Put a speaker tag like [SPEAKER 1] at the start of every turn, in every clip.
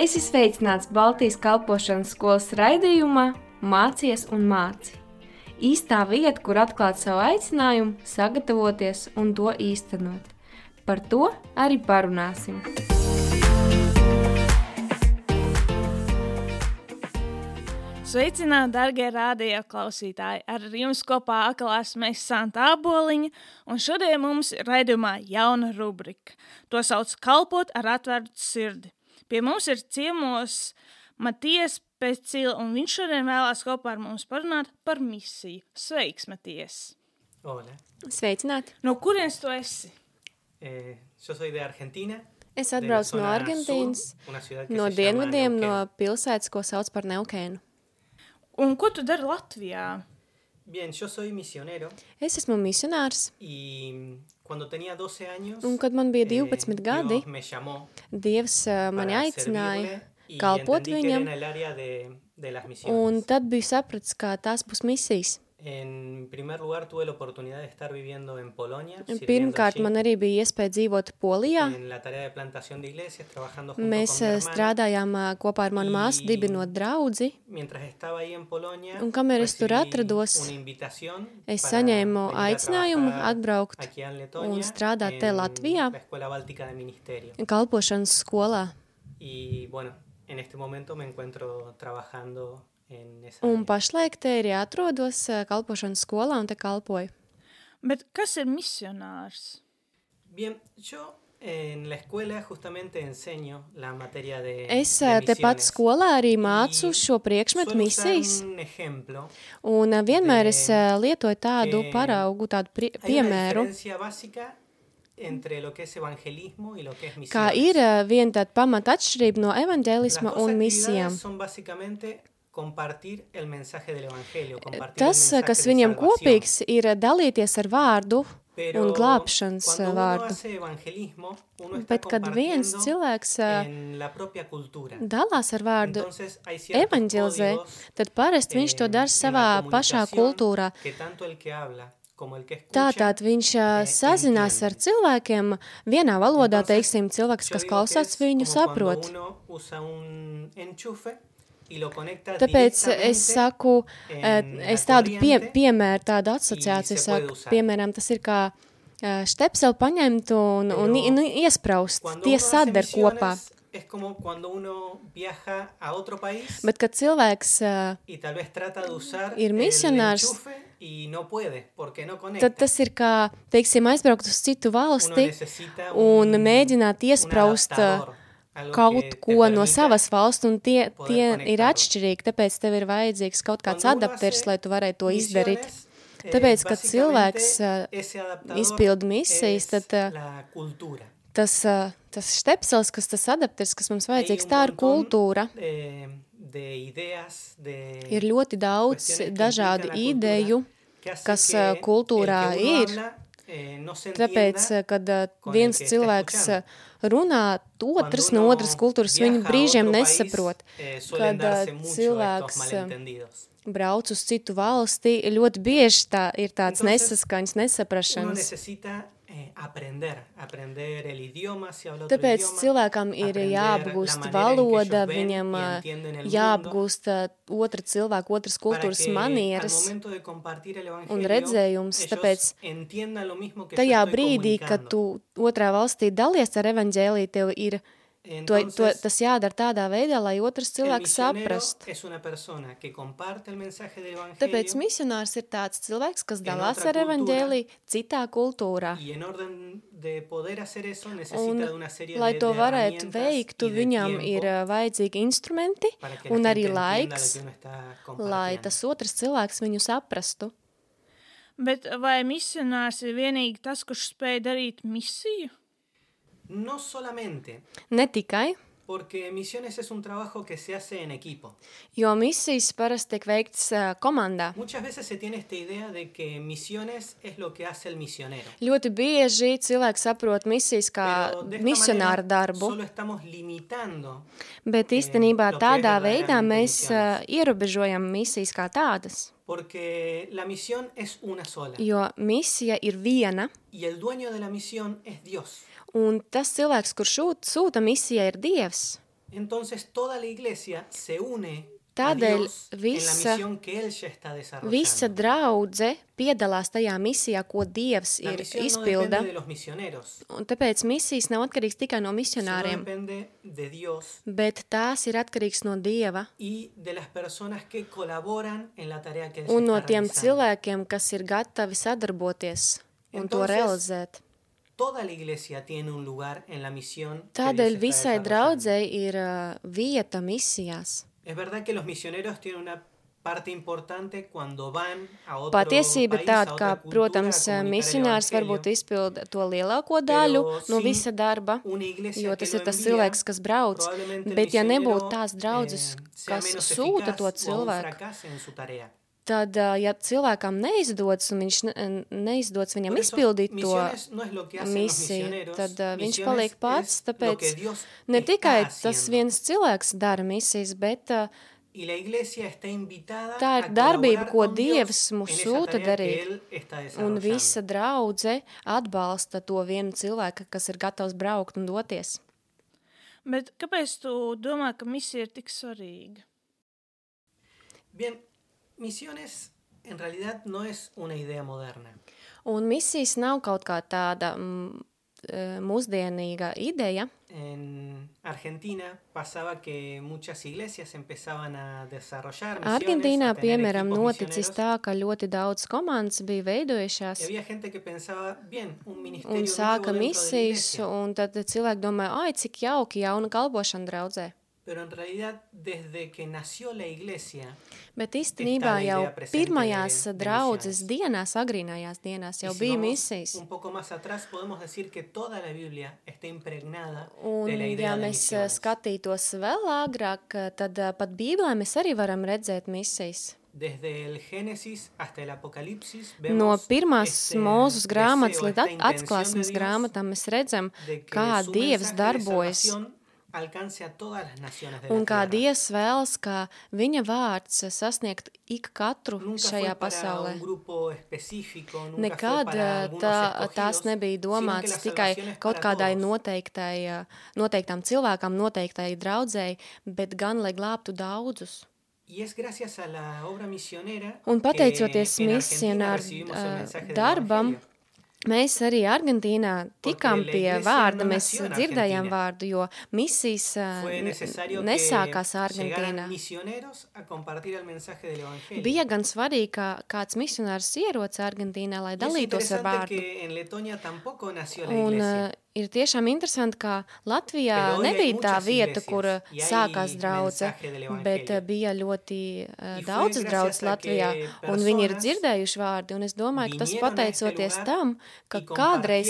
[SPEAKER 1] Es esmu sveicināts Baltijas kalpošanas skolas raidījumā Mācies un māci. Īstā vieta, kur atklāt savu aicinājumu, sagatavoties un to īstenot. Par to arī parunāsim.
[SPEAKER 2] Sveicināti, darbie rādio klausītāji! Ar jums kopā atkal esmu es Santa Aboliņa, un šodien mums ir raidījumā jauna rubrika. To sauc kalpot ar atvērtu sirdi. Pie mums ir ciemos Matijas Pēcīla, un viņš šodien vēlās kopā ar mums parunāt par misiju. Sveiks, Matijas!
[SPEAKER 3] Hola,
[SPEAKER 4] Sveicināti!
[SPEAKER 2] No kurienes tu esi?
[SPEAKER 3] eh, yo soy de Argentina.
[SPEAKER 4] Es
[SPEAKER 3] de la
[SPEAKER 4] atbraucu no
[SPEAKER 3] zona sur,
[SPEAKER 4] Argentīnas,
[SPEAKER 3] una ciudad que
[SPEAKER 4] no
[SPEAKER 3] se llama
[SPEAKER 4] dienvidiem, no
[SPEAKER 3] Neuquén.
[SPEAKER 4] pilsētas, ko sauc par Neukēnu.
[SPEAKER 2] Un ko tu dari Latvijā?
[SPEAKER 3] Bien, yo soy misionero
[SPEAKER 4] Es esmu misionārs,
[SPEAKER 3] y mm, cuando tenía 12 años,
[SPEAKER 4] un kad man bija
[SPEAKER 3] eh,
[SPEAKER 4] 12 gadi,
[SPEAKER 3] Dios me llamó
[SPEAKER 4] Dievs eh, mani
[SPEAKER 3] para
[SPEAKER 4] aicināja
[SPEAKER 3] servirle y
[SPEAKER 4] kalpot
[SPEAKER 3] entendí que era en
[SPEAKER 4] viņam,
[SPEAKER 3] el área de, de las
[SPEAKER 4] un
[SPEAKER 3] misiones.
[SPEAKER 4] tad biju sapratis, kā tās būs misijas.
[SPEAKER 3] En primer lugar, tuve la oportunidad de estar viviendo en Polonia, sirviendo
[SPEAKER 4] Pirmkārt,
[SPEAKER 3] allí,
[SPEAKER 4] man arī bija iespēja dzīvot Polijā.
[SPEAKER 3] en la tarea de plantación de iglesias, trabajando junto
[SPEAKER 4] Mēs
[SPEAKER 3] con mi
[SPEAKER 4] eh,
[SPEAKER 3] hermana.
[SPEAKER 4] strādājām eh, kopā ar manu māsu,
[SPEAKER 3] I-
[SPEAKER 4] dibinot draugu.
[SPEAKER 3] Mientras estaba ahí en Polonia,
[SPEAKER 4] Un kamēr es tur
[SPEAKER 3] recibí
[SPEAKER 4] atrados,
[SPEAKER 3] una invitación
[SPEAKER 4] es
[SPEAKER 3] para
[SPEAKER 4] saņēmu
[SPEAKER 3] venir a
[SPEAKER 4] aicinājumu
[SPEAKER 3] trabajar
[SPEAKER 4] atbraukt
[SPEAKER 3] aquí en Letonia,
[SPEAKER 4] un strādāt te
[SPEAKER 3] en
[SPEAKER 4] Latvijā.
[SPEAKER 3] La escuela Báltica de Ministerio.
[SPEAKER 4] kalpošanas skolā.
[SPEAKER 3] Y bueno, en este momento me encuentro trabajando en esa
[SPEAKER 4] Un
[SPEAKER 3] área.
[SPEAKER 4] pašlaik te arī atrodos eh, kalpošanas skolā un te kalpoju.
[SPEAKER 2] Bet kas ir misionārs?
[SPEAKER 3] Bien, yo en la escuela justamente enseño la materia de
[SPEAKER 4] Es
[SPEAKER 3] de
[SPEAKER 4] eh, tepat
[SPEAKER 3] misiones.
[SPEAKER 4] skolā arī
[SPEAKER 3] I
[SPEAKER 4] mācu šo priekšmetu
[SPEAKER 3] Suelo usar
[SPEAKER 4] misijas,
[SPEAKER 3] un ejemplo.
[SPEAKER 4] un eh, vienmēr es
[SPEAKER 3] de-
[SPEAKER 4] eh, lietoju tādu
[SPEAKER 3] que
[SPEAKER 4] paraugu, tādu pri-
[SPEAKER 3] Hay una
[SPEAKER 4] piemēru,
[SPEAKER 3] diferencia básica entre lo que es evangelismo y lo que es
[SPEAKER 4] kā
[SPEAKER 3] misiones.
[SPEAKER 4] ir eh, viena tāda pamata atšķirība no
[SPEAKER 3] Las
[SPEAKER 4] evanģēlisma
[SPEAKER 3] dos
[SPEAKER 4] un
[SPEAKER 3] actividades
[SPEAKER 4] misijām.
[SPEAKER 3] Son básicamente compartir el mensaje del evangelio, compartir
[SPEAKER 4] Tas,
[SPEAKER 3] el
[SPEAKER 4] eh,
[SPEAKER 3] mensaje
[SPEAKER 4] kas
[SPEAKER 3] de
[SPEAKER 4] viņam
[SPEAKER 3] salvación.
[SPEAKER 4] kopīgs, ir eh, dalīties ar vārdu
[SPEAKER 3] Pero
[SPEAKER 4] un glābšanas
[SPEAKER 3] cuando
[SPEAKER 4] eh,
[SPEAKER 3] uno
[SPEAKER 4] vārdu.
[SPEAKER 3] hace evangelismo, uno está
[SPEAKER 4] Bet, kad viens
[SPEAKER 3] compartiendo
[SPEAKER 4] cilvēks eh,
[SPEAKER 3] en la propia cultura.
[SPEAKER 4] dalās ar vārdu,
[SPEAKER 3] Entonces, hay ciertos
[SPEAKER 4] evanģelizē,
[SPEAKER 3] códigos,
[SPEAKER 4] tad parasti viņš
[SPEAKER 3] eh,
[SPEAKER 4] to
[SPEAKER 3] en la
[SPEAKER 4] dara savā pašā
[SPEAKER 3] comunicación
[SPEAKER 4] kultūrā.
[SPEAKER 3] que tanto el que habla como el que escucha,
[SPEAKER 4] Tātad viņš ā,
[SPEAKER 3] eh,
[SPEAKER 4] sazinās ar
[SPEAKER 3] entiende.
[SPEAKER 4] cilvēkiem vienā valodā,
[SPEAKER 3] Entonces,
[SPEAKER 4] teiksim, cilvēks,
[SPEAKER 3] yo
[SPEAKER 4] kas
[SPEAKER 3] digo que
[SPEAKER 4] klausās,
[SPEAKER 3] es
[SPEAKER 4] viņu
[SPEAKER 3] como
[SPEAKER 4] saprot.
[SPEAKER 3] cuando uno usa un enchufe y lo conecta
[SPEAKER 4] Tāpēc
[SPEAKER 3] directamente
[SPEAKER 4] es saku,
[SPEAKER 3] en
[SPEAKER 4] eh,
[SPEAKER 3] la
[SPEAKER 4] es tādu pie,
[SPEAKER 3] corriente
[SPEAKER 4] piemēru, tādu
[SPEAKER 3] y
[SPEAKER 4] asociāciju
[SPEAKER 3] se puede
[SPEAKER 4] saku.
[SPEAKER 3] usar.
[SPEAKER 4] Piemēram, tas ir kā eh, štepseli paņemt un, un,
[SPEAKER 3] Pero
[SPEAKER 4] un iespraust.
[SPEAKER 3] Cuando
[SPEAKER 4] Tie
[SPEAKER 3] uno hace
[SPEAKER 4] sadar kopā.
[SPEAKER 3] misiones, Es como cuando uno viaja a otro país
[SPEAKER 4] Bet, kad cilvēks, eh,
[SPEAKER 3] y tal vez trata de usar
[SPEAKER 4] Ir misionārs.
[SPEAKER 3] el enchufe y no puede porque no conecta.
[SPEAKER 4] tad tas ir kā, teiksim, aizbraukt uz citu
[SPEAKER 3] uno
[SPEAKER 4] valsti
[SPEAKER 3] necesita
[SPEAKER 4] un
[SPEAKER 3] un-
[SPEAKER 4] mēģināt
[SPEAKER 3] un
[SPEAKER 4] iespraust eh,
[SPEAKER 3] adaptador, algo que
[SPEAKER 4] kaut
[SPEAKER 3] te
[SPEAKER 4] ko no
[SPEAKER 3] permita.
[SPEAKER 4] savas valsts, un tie,
[SPEAKER 3] poder
[SPEAKER 4] tie ir
[SPEAKER 3] conectarlo.
[SPEAKER 4] atšķirīgi. Tāpēc tev ir vajadzīgs kaut kāds
[SPEAKER 3] Cuando uno
[SPEAKER 4] adapters,
[SPEAKER 3] hace
[SPEAKER 4] lai tu varētu to izdarīt.
[SPEAKER 3] Misiones, eh,
[SPEAKER 4] Tāpēc, kad
[SPEAKER 3] básicamente
[SPEAKER 4] cilvēks, eh,
[SPEAKER 3] ese adaptador
[SPEAKER 4] izpild misijas,
[SPEAKER 3] es
[SPEAKER 4] tad, eh,
[SPEAKER 3] la kultūra.
[SPEAKER 4] Tas, ā, tas štepsels, kas tas adapters, kas mums vajadzīgs,
[SPEAKER 3] Hay
[SPEAKER 4] tā
[SPEAKER 3] un
[SPEAKER 4] ir
[SPEAKER 3] montón,
[SPEAKER 4] kultūra.
[SPEAKER 3] eh, de ideas, de-
[SPEAKER 4] Ir ļoti daudz
[SPEAKER 3] cuestiones que
[SPEAKER 4] dažādu
[SPEAKER 3] implica la
[SPEAKER 4] ideju.
[SPEAKER 3] cultura, que hace
[SPEAKER 4] kas,
[SPEAKER 3] que
[SPEAKER 4] eh,
[SPEAKER 3] el que
[SPEAKER 4] kultūrā
[SPEAKER 3] uno
[SPEAKER 4] ir.
[SPEAKER 3] habla, eh, no se
[SPEAKER 4] Tāpēc,
[SPEAKER 3] entienda
[SPEAKER 4] eh, ā, kad ā,
[SPEAKER 3] con el
[SPEAKER 4] viens
[SPEAKER 3] que está
[SPEAKER 4] cilvēks ā,
[SPEAKER 3] escuchando.
[SPEAKER 4] runā, otrs
[SPEAKER 3] Cuando
[SPEAKER 4] no
[SPEAKER 3] uno
[SPEAKER 4] otras kultūras
[SPEAKER 3] viaja
[SPEAKER 4] viņu
[SPEAKER 3] a
[SPEAKER 4] brīžiem
[SPEAKER 3] otro país,
[SPEAKER 4] nesaprot.
[SPEAKER 3] eh, suelen
[SPEAKER 4] kad, eh,
[SPEAKER 3] darse mucho estos
[SPEAKER 4] cilvēks, eh,
[SPEAKER 3] malentendidos.
[SPEAKER 4] Brauc uz citu valsti, ļoti bieži tā ir tāds
[SPEAKER 3] Entonces,
[SPEAKER 4] nesaskaņas,
[SPEAKER 3] Uno
[SPEAKER 4] nesaprašanas.
[SPEAKER 3] necesita eh, aprender, aprender el idioma, si habla otro
[SPEAKER 4] Tāpēc
[SPEAKER 3] idioma,
[SPEAKER 4] cilvēkam ir
[SPEAKER 3] aprender la
[SPEAKER 4] jāapgūst
[SPEAKER 3] manera en que ellos
[SPEAKER 4] valoda,
[SPEAKER 3] ven
[SPEAKER 4] viņam
[SPEAKER 3] y
[SPEAKER 4] ā,
[SPEAKER 3] entienden el mundo,
[SPEAKER 4] jāapgūst ā, otra cilvēka, otras
[SPEAKER 3] para
[SPEAKER 4] kultūras
[SPEAKER 3] que eh, al
[SPEAKER 4] manieras.
[SPEAKER 3] momento de compartir el
[SPEAKER 4] un
[SPEAKER 3] evangelio,
[SPEAKER 4] redzējums,
[SPEAKER 3] ellos
[SPEAKER 4] tāpēc
[SPEAKER 3] entiendan lo mismo que yo
[SPEAKER 4] Tajā
[SPEAKER 3] estoy
[SPEAKER 4] brīdī, kad
[SPEAKER 3] comunicando.
[SPEAKER 4] tu otrā valstī dalies ar evaņģēlīju, tev ir to, to,
[SPEAKER 3] Entonces,
[SPEAKER 4] tas jādara tādā veidā, lai otrs
[SPEAKER 3] el
[SPEAKER 4] cilvēks
[SPEAKER 3] misionero
[SPEAKER 4] saprastu.
[SPEAKER 3] es una persona que comparte el mensaje del
[SPEAKER 4] Tāpēc
[SPEAKER 3] evangelio
[SPEAKER 4] misionārs ir tāds cilvēks, kas
[SPEAKER 3] En
[SPEAKER 4] dalās
[SPEAKER 3] otra
[SPEAKER 4] ar evaņģēlīju citā kultūrā.
[SPEAKER 3] y en orden de poder hacer eso necesita
[SPEAKER 4] Un,
[SPEAKER 3] de una serie
[SPEAKER 4] lai
[SPEAKER 3] de,
[SPEAKER 4] to
[SPEAKER 3] de
[SPEAKER 4] varētu
[SPEAKER 3] herramientas
[SPEAKER 4] veikt,
[SPEAKER 3] y de
[SPEAKER 4] viņam
[SPEAKER 3] tiempo
[SPEAKER 4] ir ā, vajadzīgi instrumenti
[SPEAKER 3] para que la
[SPEAKER 4] uh, un
[SPEAKER 3] gente
[SPEAKER 4] arī
[SPEAKER 3] entienda lo
[SPEAKER 4] laiks,
[SPEAKER 3] que uno está
[SPEAKER 4] lai
[SPEAKER 3] compartiendo.
[SPEAKER 4] tas otrs cilvēks viņu saprastu.
[SPEAKER 2] Bet vai misionārs ir vienīgi tas, kurš spēj darīt misiju?
[SPEAKER 3] No solamente,
[SPEAKER 4] Ne tikai,
[SPEAKER 3] porque misiones es un trabajo que se hace en equipo.
[SPEAKER 4] jo misijas parasti tiek veikts ā, komandā.
[SPEAKER 3] Muchas veces se tiene esta idea de que misiones es lo que hace el misionero.
[SPEAKER 4] Ļoti bieži cilvēki saprot misijas kā
[SPEAKER 3] Pero de esta
[SPEAKER 4] misionāru
[SPEAKER 3] manera
[SPEAKER 4] darbu.
[SPEAKER 3] Solo estamos limitando
[SPEAKER 4] Bet
[SPEAKER 3] Eh,
[SPEAKER 4] īstenībā
[SPEAKER 3] lo que
[SPEAKER 4] tādā
[SPEAKER 3] es verdaderamente
[SPEAKER 4] veidā mēs
[SPEAKER 3] misiones.
[SPEAKER 4] ā, ierobežojam misijas kā tādas,
[SPEAKER 3] porque la misión es una sola
[SPEAKER 4] jo misija ir viena,
[SPEAKER 3] y el dueño de la misión es Dios.
[SPEAKER 4] un tas cilvēks, kurš šūt, sūta misija, ir Dievs.
[SPEAKER 3] Entonces toda la iglesia se une a
[SPEAKER 4] Tādēļ
[SPEAKER 3] Dios en la
[SPEAKER 4] visa-
[SPEAKER 3] misión que Él ya está desarrollando.
[SPEAKER 4] Visa draudze piedalās tajā misijā, ko Dievs
[SPEAKER 3] la
[SPEAKER 4] ir
[SPEAKER 3] misión no
[SPEAKER 4] izpilda.
[SPEAKER 3] depende de los misioneros,
[SPEAKER 4] Un tāpēc misijas nav atkarīgas tikai no
[SPEAKER 3] sino
[SPEAKER 4] misionāriem,
[SPEAKER 3] depende de Dios
[SPEAKER 4] bet tās ir atkarīgas no Dieva
[SPEAKER 3] y de las personas que colaboran en la tarea que Él ya
[SPEAKER 4] un no
[SPEAKER 3] está
[SPEAKER 4] tiem
[SPEAKER 3] realizando.
[SPEAKER 4] cilvēkiem, kas ir gatavi sadarboties un to
[SPEAKER 3] Entonces,
[SPEAKER 4] realizēt.
[SPEAKER 3] Toda la iglesia tiene un lugar en la misión. que Dios
[SPEAKER 4] Tādēļ
[SPEAKER 3] está
[SPEAKER 4] visai
[SPEAKER 3] desarrollando.
[SPEAKER 4] draudzēji ir ā, vieta misijās.
[SPEAKER 3] Es verdad que los misioneros tienen una parte importante cuando van a otro
[SPEAKER 4] Patiesība
[SPEAKER 3] país, a
[SPEAKER 4] tāda,
[SPEAKER 3] otra
[SPEAKER 4] kā,
[SPEAKER 3] cultura,
[SPEAKER 4] protams, uh,
[SPEAKER 3] a comunicar
[SPEAKER 4] misionārs
[SPEAKER 3] el
[SPEAKER 4] varbūt
[SPEAKER 3] evangelio.
[SPEAKER 4] izpilda to lielāko daļu no
[SPEAKER 3] sin
[SPEAKER 4] visa darba,
[SPEAKER 3] una iglesia
[SPEAKER 4] jo
[SPEAKER 3] que
[SPEAKER 4] tas
[SPEAKER 3] lo
[SPEAKER 4] ir tas
[SPEAKER 3] envía,
[SPEAKER 4] cilvēks, kas brauc.
[SPEAKER 3] probablemente el
[SPEAKER 4] Bet, ja
[SPEAKER 3] misionero,
[SPEAKER 4] nebūtu tās draudzes,
[SPEAKER 3] eh, sea
[SPEAKER 4] kas
[SPEAKER 3] menos
[SPEAKER 4] sūta to
[SPEAKER 3] eficaz o aún
[SPEAKER 4] cilvēku,
[SPEAKER 3] fracase en su tarea.
[SPEAKER 4] tad, ā, ja cilvēkam neizdodas un viņš ne, neizdodas viņam
[SPEAKER 3] Por eso,
[SPEAKER 4] izpildīt to
[SPEAKER 3] misiones no es lo que hacen los
[SPEAKER 4] misiju,
[SPEAKER 3] misioneros,
[SPEAKER 4] tad ā, viņš
[SPEAKER 3] misiones
[SPEAKER 4] paliek pats.
[SPEAKER 3] es lo
[SPEAKER 4] Tāpēc
[SPEAKER 3] que Dios
[SPEAKER 4] ne
[SPEAKER 3] está
[SPEAKER 4] tikai tas
[SPEAKER 3] haciendo.
[SPEAKER 4] viens cilvēks dara misijas, bet uh, ā,
[SPEAKER 3] Y la iglesia está invitada
[SPEAKER 4] Tā ir
[SPEAKER 3] a
[SPEAKER 4] darbība,
[SPEAKER 3] colaborar
[SPEAKER 4] ko
[SPEAKER 3] con Dios
[SPEAKER 4] Dievs mūs
[SPEAKER 3] en esa
[SPEAKER 4] sūta
[SPEAKER 3] tarea que
[SPEAKER 4] darīt.
[SPEAKER 3] Él está
[SPEAKER 4] Un
[SPEAKER 3] desarrollando.
[SPEAKER 4] visa draudzene atbalsta to vienu cilvēku, kas ir gatavs braukt un doties.
[SPEAKER 2] Bet kāpēc tu domā, ka misija ir tik svarīga?
[SPEAKER 3] Bien, misiones en realidad no es una idea moderna.
[SPEAKER 4] Un misijas nav kaut kā tāda mm, e, mūsdienīga ideja.
[SPEAKER 3] En Argentina pasaba que muchas iglesias empezaban a desarrollar misiones,
[SPEAKER 4] Argentīnā,
[SPEAKER 3] a tener
[SPEAKER 4] piemēram,
[SPEAKER 3] equipos
[SPEAKER 4] noticis
[SPEAKER 3] misioneros,
[SPEAKER 4] tā, ka ļoti daudz komandas bija
[SPEAKER 3] y
[SPEAKER 4] veidojušās
[SPEAKER 3] había gente que pensaba, bien, un ministerio
[SPEAKER 4] un
[SPEAKER 3] nuevo
[SPEAKER 4] sāka
[SPEAKER 3] dentro de la
[SPEAKER 4] misijas,
[SPEAKER 3] iglesia.
[SPEAKER 4] un tad cilvēki domāja, ai, cik jauki jauna kalpošana draudzē.
[SPEAKER 3] Pero en realidad, desde que nació la iglesia,
[SPEAKER 4] Bet īstenībā
[SPEAKER 3] ideja
[SPEAKER 4] jau
[SPEAKER 3] presente
[SPEAKER 4] pirmajās
[SPEAKER 3] de- de
[SPEAKER 4] draudzes
[SPEAKER 3] misiones.
[SPEAKER 4] dienās, agrīnajās dienās,
[SPEAKER 3] y
[SPEAKER 4] jau
[SPEAKER 3] si
[SPEAKER 4] bija
[SPEAKER 3] vamos
[SPEAKER 4] misijas.
[SPEAKER 3] un poco más atrás, podemos decir que toda la Biblia está impregnada
[SPEAKER 4] Un,
[SPEAKER 3] de la idea
[SPEAKER 4] ja
[SPEAKER 3] de
[SPEAKER 4] mēs eh,
[SPEAKER 3] misiones.
[SPEAKER 4] skatītos vēl agrāk, eh, tad eh, pat Bībelē mēs arī varam redzēt misijas.
[SPEAKER 3] Desde el Génesis hasta el Apocalipsis vemos
[SPEAKER 4] No pirmās
[SPEAKER 3] este
[SPEAKER 4] mūzes grāmatas
[SPEAKER 3] deseo,
[SPEAKER 4] līdz
[SPEAKER 3] esta
[SPEAKER 4] at-
[SPEAKER 3] intención de
[SPEAKER 4] atklāsmes
[SPEAKER 3] Dios
[SPEAKER 4] grāmatām mēs redzam,
[SPEAKER 3] de que
[SPEAKER 4] kā
[SPEAKER 3] su
[SPEAKER 4] Dievs
[SPEAKER 3] mensaje de
[SPEAKER 4] darbojas
[SPEAKER 3] salvación alcance a todas las naciones de la
[SPEAKER 4] un kā
[SPEAKER 3] tierra.
[SPEAKER 4] Dievs vēlas, kā Viņa vārds eh, sasniegt ik katru
[SPEAKER 3] Nunca fue
[SPEAKER 4] šajā
[SPEAKER 3] para
[SPEAKER 4] pasaulē.
[SPEAKER 3] un grupo específico, nunca fue
[SPEAKER 4] Nekad
[SPEAKER 3] para
[SPEAKER 4] eh,
[SPEAKER 3] algunos
[SPEAKER 4] tā,
[SPEAKER 3] escogidos,
[SPEAKER 4] tās
[SPEAKER 3] sino
[SPEAKER 4] nebija
[SPEAKER 3] que
[SPEAKER 4] domātas
[SPEAKER 3] la
[SPEAKER 4] tikai
[SPEAKER 3] salvación es
[SPEAKER 4] kaut
[SPEAKER 3] para
[SPEAKER 4] kādai
[SPEAKER 3] todos.
[SPEAKER 4] noteiktai, eh, noteiktam cilvēkam, noteiktai draudzēji, bet gan lai glābtu daudzus.
[SPEAKER 3] Y es gracias a la obra misionera
[SPEAKER 4] Un
[SPEAKER 3] que
[SPEAKER 4] pateicoties
[SPEAKER 3] en Argentina
[SPEAKER 4] misionāru
[SPEAKER 3] recibimos el mensaje
[SPEAKER 4] eh,
[SPEAKER 3] del
[SPEAKER 4] darbam,
[SPEAKER 3] Evangelio.
[SPEAKER 4] mēs arī Argentīnā tikām
[SPEAKER 3] la
[SPEAKER 4] pie
[SPEAKER 3] iglesia
[SPEAKER 4] vārda.
[SPEAKER 3] no
[SPEAKER 4] Mēs
[SPEAKER 3] nació en
[SPEAKER 4] dzirdējām
[SPEAKER 3] Argentina.
[SPEAKER 4] vārdu, jo misijas eh,
[SPEAKER 3] Fue necesario
[SPEAKER 4] n-
[SPEAKER 3] que
[SPEAKER 4] nesākās
[SPEAKER 3] llegaran
[SPEAKER 4] Argentīnā.
[SPEAKER 3] misioneros a compartir el mensaje del Evangelio.
[SPEAKER 4] Bija gan svarīgi, ka kāds misionārs ierodas Argentīnā,
[SPEAKER 3] Y
[SPEAKER 4] lai
[SPEAKER 3] es
[SPEAKER 4] dalītos ar
[SPEAKER 3] interesante
[SPEAKER 4] vārdu.
[SPEAKER 3] que en Letonia tampoco nació la
[SPEAKER 4] Un,
[SPEAKER 3] iglesia.
[SPEAKER 4] eh, ir tiešām interesanti, ka
[SPEAKER 3] Pero
[SPEAKER 4] Latvijā
[SPEAKER 3] hoy hay
[SPEAKER 4] nebija tā
[SPEAKER 3] muchas
[SPEAKER 4] vieta,
[SPEAKER 3] iglesias,
[SPEAKER 4] kur eh,
[SPEAKER 3] y hay
[SPEAKER 4] sākās draudze,
[SPEAKER 3] mensaje del evangelio.
[SPEAKER 4] bet eh, bija ļoti eh,
[SPEAKER 3] Y fue
[SPEAKER 4] daudzas
[SPEAKER 3] gracias
[SPEAKER 4] draudzes
[SPEAKER 3] a que
[SPEAKER 4] Latvijā, un viņi ir
[SPEAKER 3] personas
[SPEAKER 4] dzirdējuši vārdi. Un es domāju, ka tas
[SPEAKER 3] vinieron a este
[SPEAKER 4] pateicoties
[SPEAKER 3] lugar
[SPEAKER 4] tam, ka
[SPEAKER 3] y
[SPEAKER 4] kādreiz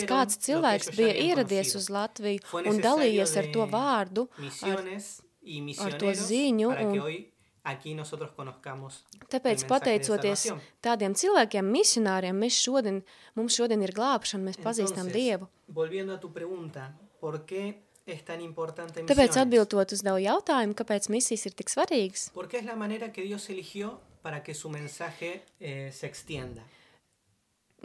[SPEAKER 3] compartieron
[SPEAKER 4] kāds
[SPEAKER 3] lo que
[SPEAKER 4] cilvēks
[SPEAKER 3] ellos ya
[SPEAKER 4] bija
[SPEAKER 3] habían
[SPEAKER 4] ieradies
[SPEAKER 3] conocido.
[SPEAKER 4] uz Latviju
[SPEAKER 3] Fue
[SPEAKER 4] un
[SPEAKER 3] necesario
[SPEAKER 4] dalījies ar
[SPEAKER 3] de
[SPEAKER 4] to vārdu, ar
[SPEAKER 3] misiones y
[SPEAKER 4] ar
[SPEAKER 3] misioneros
[SPEAKER 4] to ziņu
[SPEAKER 3] para
[SPEAKER 4] un-
[SPEAKER 3] que hoy aquí nosotros conozcamos
[SPEAKER 4] Tāpēc,
[SPEAKER 3] el mensaje de
[SPEAKER 4] pateicoties
[SPEAKER 3] salvación.
[SPEAKER 4] tādiem cilvēkiem, misionāriem, mēs šodien, mums šodien ir glābšana, mēs pazīstam
[SPEAKER 3] Entonces,
[SPEAKER 4] Dievu.
[SPEAKER 3] Volviendo a tu pregunta, ¿por qué es tan importante
[SPEAKER 4] Tāpēc,
[SPEAKER 3] misiones?
[SPEAKER 4] atbildot uz tavu jautājumu, kāpēc misijas ir tik svarīgas,
[SPEAKER 3] Porque es la manera que Dios eligió para que su mensaje eh, se extienda.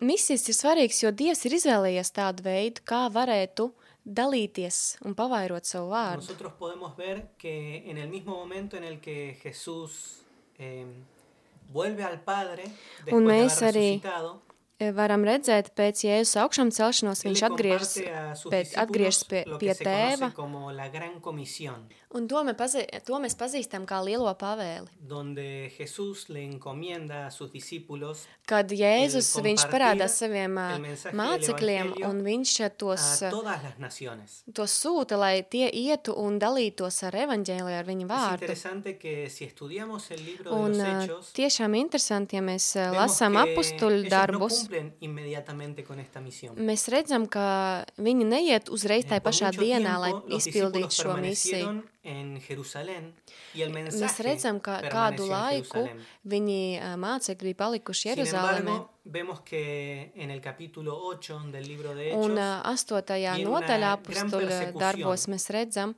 [SPEAKER 4] misijas ir svarīgas, jo Dievs ir izvēlējies tādu veidu, kā varētu dalīties un pavairot savu vārdu.
[SPEAKER 3] Nosotros podemos ver que en el mismo momento en el que Jesús eh, vuelve al Padre después
[SPEAKER 4] Un
[SPEAKER 3] de haber
[SPEAKER 4] mēs arī
[SPEAKER 3] resucitado,
[SPEAKER 4] E, Varam redzēt, pēc Jēzus augšām celšanos
[SPEAKER 3] Él
[SPEAKER 4] viņš
[SPEAKER 3] le
[SPEAKER 4] atgriežas,
[SPEAKER 3] comparte a sus
[SPEAKER 4] pēc,
[SPEAKER 3] discípulos
[SPEAKER 4] atgriežas pie,
[SPEAKER 3] lo que
[SPEAKER 4] pie
[SPEAKER 3] se conoce
[SPEAKER 4] tēva,
[SPEAKER 3] como la gran comisión,
[SPEAKER 4] un to, mē pazī, to mēs pazīstam kā lielo pavēli.
[SPEAKER 3] donde Jesús le encomienda a sus discípulos
[SPEAKER 4] Kad Jēzus
[SPEAKER 3] El
[SPEAKER 4] viņš
[SPEAKER 3] compartir
[SPEAKER 4] parāda saviem ā,
[SPEAKER 3] el mensaje del
[SPEAKER 4] mācekļiem,
[SPEAKER 3] evangelio
[SPEAKER 4] un viņš ā, tos,
[SPEAKER 3] a
[SPEAKER 4] ā,
[SPEAKER 3] todas las naciones.
[SPEAKER 4] tos sūta, lai tie ietu un dalītos ar evaņģēliju, ar viņu
[SPEAKER 3] Es
[SPEAKER 4] vārdu.
[SPEAKER 3] interesante que si estudiamos el libro de
[SPEAKER 4] Un
[SPEAKER 3] los
[SPEAKER 4] ā,
[SPEAKER 3] Hechos,
[SPEAKER 4] tiešām interesanti, ja mēs ā,
[SPEAKER 3] vemos
[SPEAKER 4] lasām
[SPEAKER 3] que
[SPEAKER 4] apakstuļu
[SPEAKER 3] ellos no
[SPEAKER 4] darbus,
[SPEAKER 3] cumplen inmediatamente con esta misión.
[SPEAKER 4] mēs redzam, ka viņi neiet uzreiz
[SPEAKER 3] Eh,
[SPEAKER 4] tajā
[SPEAKER 3] por
[SPEAKER 4] pašā
[SPEAKER 3] mucho
[SPEAKER 4] dienā,
[SPEAKER 3] tiempo,
[SPEAKER 4] lai
[SPEAKER 3] los discípulos
[SPEAKER 4] izpildītu šo misiju.
[SPEAKER 3] permanecieron En Jerusalén, y el
[SPEAKER 4] Mēs
[SPEAKER 3] mensaje
[SPEAKER 4] redzam, ka
[SPEAKER 3] permaneció
[SPEAKER 4] kādu
[SPEAKER 3] en
[SPEAKER 4] laiku
[SPEAKER 3] Jerusalén.
[SPEAKER 4] viņi ā, mācekļi bija palikuši
[SPEAKER 3] Sin
[SPEAKER 4] Jeruzalemē.
[SPEAKER 3] embargo, vemos que en el capítulo 8 del libro de Hechos
[SPEAKER 4] Un ā, astotajā
[SPEAKER 3] viene una gran
[SPEAKER 4] nodaļā apakstuļu
[SPEAKER 3] persecución.
[SPEAKER 4] darbos mēs redzam,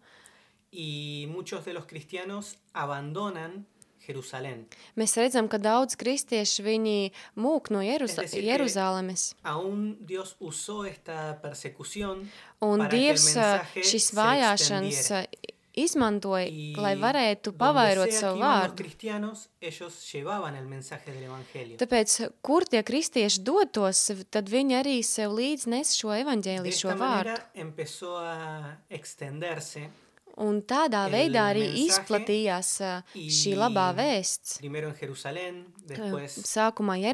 [SPEAKER 3] y muchos de los cristianos abandonan Jerusalén.
[SPEAKER 4] Mēs redzam, ka daudz kristieši viņi mūk no Jeruza
[SPEAKER 3] Es decir, ka-
[SPEAKER 4] Jeruzalemes.
[SPEAKER 3] Aún Dios usó esta persecución
[SPEAKER 4] Un
[SPEAKER 3] para que el
[SPEAKER 4] Dievs ā,
[SPEAKER 3] mensaje
[SPEAKER 4] šīs
[SPEAKER 3] se
[SPEAKER 4] vājāšanas
[SPEAKER 3] extendiera.
[SPEAKER 4] ā, izmantoja,
[SPEAKER 3] Y
[SPEAKER 4] lai varētu
[SPEAKER 3] donde
[SPEAKER 4] pavairot
[SPEAKER 3] sea que
[SPEAKER 4] savu
[SPEAKER 3] iban los
[SPEAKER 4] vārdu.
[SPEAKER 3] cristianos, ellos llevaban el mensaje del Evangelio.
[SPEAKER 4] Tāpēc, kur tie kristieši dotos, tad viņi arī sev līdzi nes šo
[SPEAKER 3] De
[SPEAKER 4] evaņģēliju, šo
[SPEAKER 3] esta
[SPEAKER 4] vārdu.
[SPEAKER 3] manera empezó a extenderse
[SPEAKER 4] Un tādā
[SPEAKER 3] el
[SPEAKER 4] veidā arī
[SPEAKER 3] mensaje
[SPEAKER 4] izplatījās ā,
[SPEAKER 3] y-
[SPEAKER 4] šī labā vēsts.
[SPEAKER 3] primero en Jerusalén,
[SPEAKER 4] Eh,
[SPEAKER 3] después
[SPEAKER 4] Sākumā
[SPEAKER 3] en toda la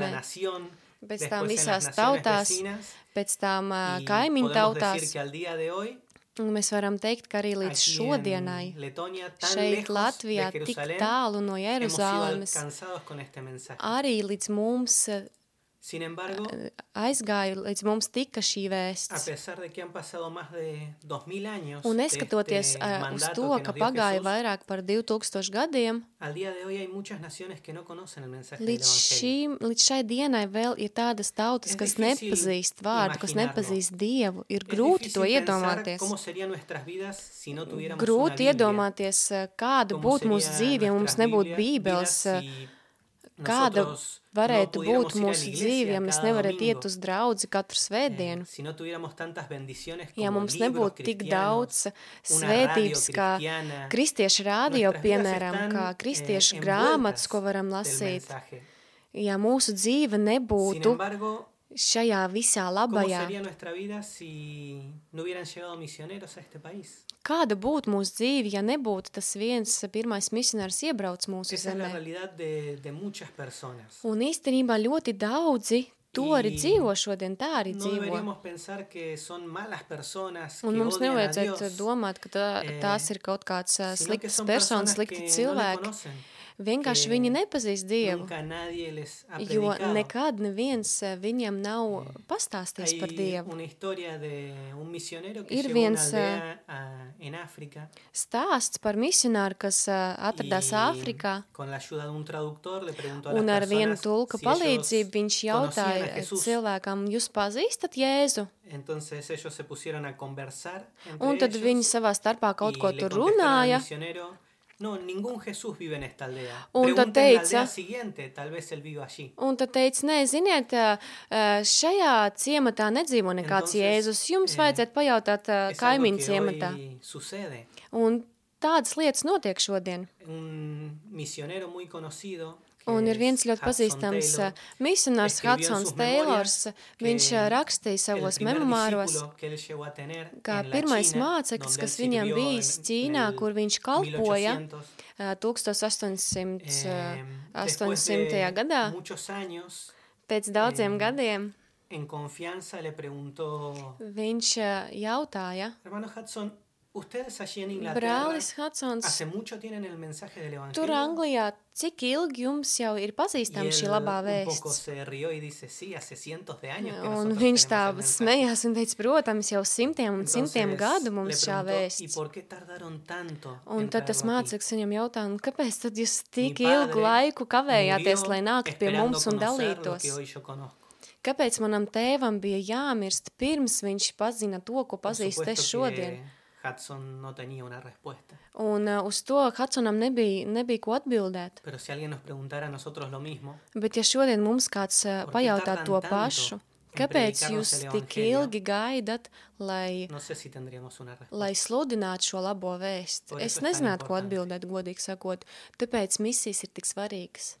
[SPEAKER 4] Jeruzalemē,
[SPEAKER 3] nación,
[SPEAKER 4] Pues,
[SPEAKER 3] después
[SPEAKER 4] tam
[SPEAKER 3] en las
[SPEAKER 4] visās
[SPEAKER 3] naciones
[SPEAKER 4] tautās,
[SPEAKER 3] vecinas.
[SPEAKER 4] pēc tam ā,
[SPEAKER 3] y
[SPEAKER 4] kaimiņu
[SPEAKER 3] podemos decir
[SPEAKER 4] tautās.
[SPEAKER 3] que al día de hoy,
[SPEAKER 4] Un mēs varam teikt, ka arī līdz
[SPEAKER 3] aquí
[SPEAKER 4] šodienai
[SPEAKER 3] en Letonia, tan lejos
[SPEAKER 4] šeit Latvijā
[SPEAKER 3] de
[SPEAKER 4] tik
[SPEAKER 3] Jerusalén,
[SPEAKER 4] tālu no
[SPEAKER 3] hemos sido
[SPEAKER 4] Jeruzalemes
[SPEAKER 3] alcanzados con este mensaje.
[SPEAKER 4] arī līdz mums ā,
[SPEAKER 3] Sin embargo,
[SPEAKER 4] aizgāja, līdz mums tika šī
[SPEAKER 3] a
[SPEAKER 4] vēsts.
[SPEAKER 3] pesar de que han pasado más de 2000 años
[SPEAKER 4] Un
[SPEAKER 3] de
[SPEAKER 4] neskatoties
[SPEAKER 3] este
[SPEAKER 4] ā, uz
[SPEAKER 3] mandato
[SPEAKER 4] to,
[SPEAKER 3] que
[SPEAKER 4] ka
[SPEAKER 3] nos dio
[SPEAKER 4] pagāja
[SPEAKER 3] Jesús,
[SPEAKER 4] vairāk par 2000 gadiem,
[SPEAKER 3] al día de hoy hay muchas naciones que no conocen el mensaje del
[SPEAKER 4] līdz,
[SPEAKER 3] evangelio.
[SPEAKER 4] šīm, līdz šai dienai vēl ir tādas tautas,
[SPEAKER 3] Es
[SPEAKER 4] kas
[SPEAKER 3] difícil
[SPEAKER 4] nepazīst vārdu, kas
[SPEAKER 3] imaginarlo.
[SPEAKER 4] nepazīst dievu. Ir
[SPEAKER 3] Es
[SPEAKER 4] grūti
[SPEAKER 3] difícil
[SPEAKER 4] to
[SPEAKER 3] pensar
[SPEAKER 4] iedomāties.
[SPEAKER 3] cómo serían nuestras vidas si no tuviéramos una
[SPEAKER 4] Grūti
[SPEAKER 3] Biblia,
[SPEAKER 4] iedomāties, ā, kāda
[SPEAKER 3] cómo
[SPEAKER 4] būtu mūsu
[SPEAKER 3] sería
[SPEAKER 4] dzīve, ja mums
[SPEAKER 3] nuestras Biblia-
[SPEAKER 4] nebūtu Bībeles.
[SPEAKER 3] vidas
[SPEAKER 4] ā,
[SPEAKER 3] si
[SPEAKER 4] Kāda
[SPEAKER 3] nosotros no
[SPEAKER 4] varētu
[SPEAKER 3] pudiéramos
[SPEAKER 4] būt
[SPEAKER 3] ir a la
[SPEAKER 4] mūsu
[SPEAKER 3] iglesia
[SPEAKER 4] dzīve, ja mēs
[SPEAKER 3] cada
[SPEAKER 4] nevarētu
[SPEAKER 3] domingo?
[SPEAKER 4] iet uz draugu katru
[SPEAKER 3] Eh,
[SPEAKER 4] svētdienu?
[SPEAKER 3] si no tuviéramos tantas bendiciones como
[SPEAKER 4] Ja mums
[SPEAKER 3] libros
[SPEAKER 4] nebūtu tik daudz
[SPEAKER 3] cristianos, una radio
[SPEAKER 4] svētības, kā
[SPEAKER 3] cristiana,
[SPEAKER 4] kristiešu rādio,
[SPEAKER 3] nuestras vidas
[SPEAKER 4] piemēram,
[SPEAKER 3] están,
[SPEAKER 4] kā
[SPEAKER 3] eh,
[SPEAKER 4] kristiešu
[SPEAKER 3] envueltas
[SPEAKER 4] grāmatas, ko varam
[SPEAKER 3] del
[SPEAKER 4] lasīt,
[SPEAKER 3] mensaje.
[SPEAKER 4] ja mūsu dzīve
[SPEAKER 3] Sin
[SPEAKER 4] nebūtu
[SPEAKER 3] embargo,
[SPEAKER 4] šajā visā
[SPEAKER 3] ¿Cómo
[SPEAKER 4] labajā,
[SPEAKER 3] sería nuestra vida si no hubieran llegado misioneros a este país?
[SPEAKER 4] kāda būtu mūsu dzīve, ja nebūtu tas viens pirmais misionārs iebrauc mūsu
[SPEAKER 3] Esa es la
[SPEAKER 4] zemē?
[SPEAKER 3] realidad de, de muchas personas.
[SPEAKER 4] Un īstenībā ļoti daudzi to arī
[SPEAKER 3] I- nu,
[SPEAKER 4] dzīvo šodien, tā arī
[SPEAKER 3] No
[SPEAKER 4] dzīvo.
[SPEAKER 3] deberíamos pensar que son malas personas, que
[SPEAKER 4] Un mums
[SPEAKER 3] odian a
[SPEAKER 4] nevajadzētu
[SPEAKER 3] Dios,
[SPEAKER 4] domāt, ka tā,
[SPEAKER 3] eh,
[SPEAKER 4] tās ir kaut kāds
[SPEAKER 3] sino
[SPEAKER 4] ā,
[SPEAKER 3] que
[SPEAKER 4] sliktas
[SPEAKER 3] son
[SPEAKER 4] personas,
[SPEAKER 3] personas
[SPEAKER 4] slikti
[SPEAKER 3] que no le
[SPEAKER 4] cilvēki.
[SPEAKER 3] conocen.
[SPEAKER 4] Vienkārši
[SPEAKER 3] que
[SPEAKER 4] viņi
[SPEAKER 3] Nu,
[SPEAKER 4] nepazīst Dievu,
[SPEAKER 3] Nunca nadie les ha
[SPEAKER 4] jo
[SPEAKER 3] predicado.
[SPEAKER 4] nekad neviens eh, viņam nav pastāstījis par
[SPEAKER 3] Hay
[SPEAKER 4] Dievu.
[SPEAKER 3] una historia de un misionero que
[SPEAKER 4] Ir
[SPEAKER 3] llegó a una
[SPEAKER 4] viens, eh,
[SPEAKER 3] aldea a- en África
[SPEAKER 4] Stāsts par misionāru, kas eh, atradās
[SPEAKER 3] y
[SPEAKER 4] Āfrikā,
[SPEAKER 3] con la ayuda de un traductor le preguntó a
[SPEAKER 4] un
[SPEAKER 3] las
[SPEAKER 4] ar vienu
[SPEAKER 3] personas
[SPEAKER 4] tulka
[SPEAKER 3] si ellos
[SPEAKER 4] palīdzību viņš
[SPEAKER 3] conocían a
[SPEAKER 4] jautāja eh,
[SPEAKER 3] Jesús.
[SPEAKER 4] cilvēkam, jūs pazīstat Jēzu?
[SPEAKER 3] Entonces ellos se pusieron a conversar entre
[SPEAKER 4] Un tad
[SPEAKER 3] ellos
[SPEAKER 4] viņi savā starpā
[SPEAKER 3] y
[SPEAKER 4] kaut ko
[SPEAKER 3] le
[SPEAKER 4] tur
[SPEAKER 3] contestaron al
[SPEAKER 4] runāja.
[SPEAKER 3] misionero, No, ningún Jesús vive en esta aldea.
[SPEAKER 4] Un tad
[SPEAKER 3] Pregunten la
[SPEAKER 4] teica-
[SPEAKER 3] aldea siguiente, tal vez él viva allí.
[SPEAKER 4] Un tad teica, nē, ziniet, ā, ā, šajā ciematā nedzīvo nekāds
[SPEAKER 3] Entonces,
[SPEAKER 4] Jēzus. Jums
[SPEAKER 3] eh,
[SPEAKER 4] vajadzētu pajautāt ā,
[SPEAKER 3] Es algo
[SPEAKER 4] kaimiņu
[SPEAKER 3] que
[SPEAKER 4] ciematā.
[SPEAKER 3] hoy sucede.
[SPEAKER 4] Un tādas lietas notiek šodien.
[SPEAKER 3] Un misionero muy conocido. que
[SPEAKER 4] Un ir
[SPEAKER 3] es
[SPEAKER 4] viens ļoti
[SPEAKER 3] Hudson
[SPEAKER 4] pazīstams ā,
[SPEAKER 3] Taylor,
[SPEAKER 4] misionārs
[SPEAKER 3] escribió en
[SPEAKER 4] Hudsons
[SPEAKER 3] sus
[SPEAKER 4] Taylors. uh,
[SPEAKER 3] memorias que
[SPEAKER 4] Viņš ā, rakstīja savos uh,
[SPEAKER 3] el primer
[SPEAKER 4] memorāros,
[SPEAKER 3] discípulo que él llegó a tener
[SPEAKER 4] kā
[SPEAKER 3] en la
[SPEAKER 4] pirmais
[SPEAKER 3] China,
[SPEAKER 4] māceklis,
[SPEAKER 3] donde
[SPEAKER 4] kas
[SPEAKER 3] él
[SPEAKER 4] viņam
[SPEAKER 3] sirvió
[SPEAKER 4] bijis
[SPEAKER 3] en-
[SPEAKER 4] Ķīnā,
[SPEAKER 3] en el
[SPEAKER 4] kur viņš kalpoja
[SPEAKER 3] 1800.
[SPEAKER 4] ā, 1800.
[SPEAKER 3] Eh,
[SPEAKER 4] ā,
[SPEAKER 3] después
[SPEAKER 4] 800. uh, gadā.
[SPEAKER 3] de muchos años,
[SPEAKER 4] Pēc daudziem
[SPEAKER 3] em,
[SPEAKER 4] gadiem
[SPEAKER 3] en confianza le preguntó,
[SPEAKER 4] viņš ā, jautāja.
[SPEAKER 3] hermano Hudson, ustedes allí en Inglaterra
[SPEAKER 4] Brālis Hudsons,
[SPEAKER 3] hace mucho tienen el mensaje del Evangelio.
[SPEAKER 4] Tur Anglijā, cik ilgi jums jau ir
[SPEAKER 3] y él
[SPEAKER 4] pazīstama šī labā
[SPEAKER 3] un poco
[SPEAKER 4] vēsts?
[SPEAKER 3] se rió y dice, sí, hace cientos de años. Que
[SPEAKER 4] Un
[SPEAKER 3] nosotros
[SPEAKER 4] viņš tā
[SPEAKER 3] tenemos el mensaje".
[SPEAKER 4] smējās un teica, protams, jau simtiem un
[SPEAKER 3] Entonces,
[SPEAKER 4] simtiem gadu
[SPEAKER 3] le
[SPEAKER 4] mums šā
[SPEAKER 3] preguntó, ¿Y
[SPEAKER 4] vēsts.
[SPEAKER 3] por qué tardaron tanto?
[SPEAKER 4] Un
[SPEAKER 3] en
[SPEAKER 4] tad tas
[SPEAKER 3] traerlo aquí?
[SPEAKER 4] māceklis viņam jautā, "Nu, kāpēc tad jūs
[SPEAKER 3] Mi
[SPEAKER 4] tik ilgu
[SPEAKER 3] padre
[SPEAKER 4] laiku kavējāties,
[SPEAKER 3] murió
[SPEAKER 4] lai nāktu pie
[SPEAKER 3] esperando
[SPEAKER 4] mums
[SPEAKER 3] conocer
[SPEAKER 4] un
[SPEAKER 3] lo que
[SPEAKER 4] dalītos?
[SPEAKER 3] hoy yo conozco.
[SPEAKER 4] Kāpēc manam tēvam bija jāmirst pirms viņš pazina to, ko
[SPEAKER 3] Por
[SPEAKER 4] pazīst
[SPEAKER 3] supuesto
[SPEAKER 4] es šodien?
[SPEAKER 3] que Hudson no tenía una respuesta.
[SPEAKER 4] Un uh, uz to Hudsonam nebija, nebija ko atbildēt.
[SPEAKER 3] Pero si alguien nos preguntara a nosotros lo mismo,
[SPEAKER 4] Bet, ja šodien mums kāds ā,
[SPEAKER 3] Por qué
[SPEAKER 4] pajautā
[SPEAKER 3] tardan
[SPEAKER 4] to
[SPEAKER 3] tanto
[SPEAKER 4] pašu,
[SPEAKER 3] en
[SPEAKER 4] kāpēc
[SPEAKER 3] predicarnos
[SPEAKER 4] jūs
[SPEAKER 3] el
[SPEAKER 4] tik
[SPEAKER 3] evangelio?
[SPEAKER 4] ilgi gaidat, lai,
[SPEAKER 3] no sé si tendríamos una respuesta.
[SPEAKER 4] lai sludinātu šo labo vēstu?
[SPEAKER 3] Por eso
[SPEAKER 4] Es
[SPEAKER 3] es tan
[SPEAKER 4] nezinātu, ko
[SPEAKER 3] importante.
[SPEAKER 4] atbildēt, godīgi sakot. Tāpēc misijas ir tik svarīgas.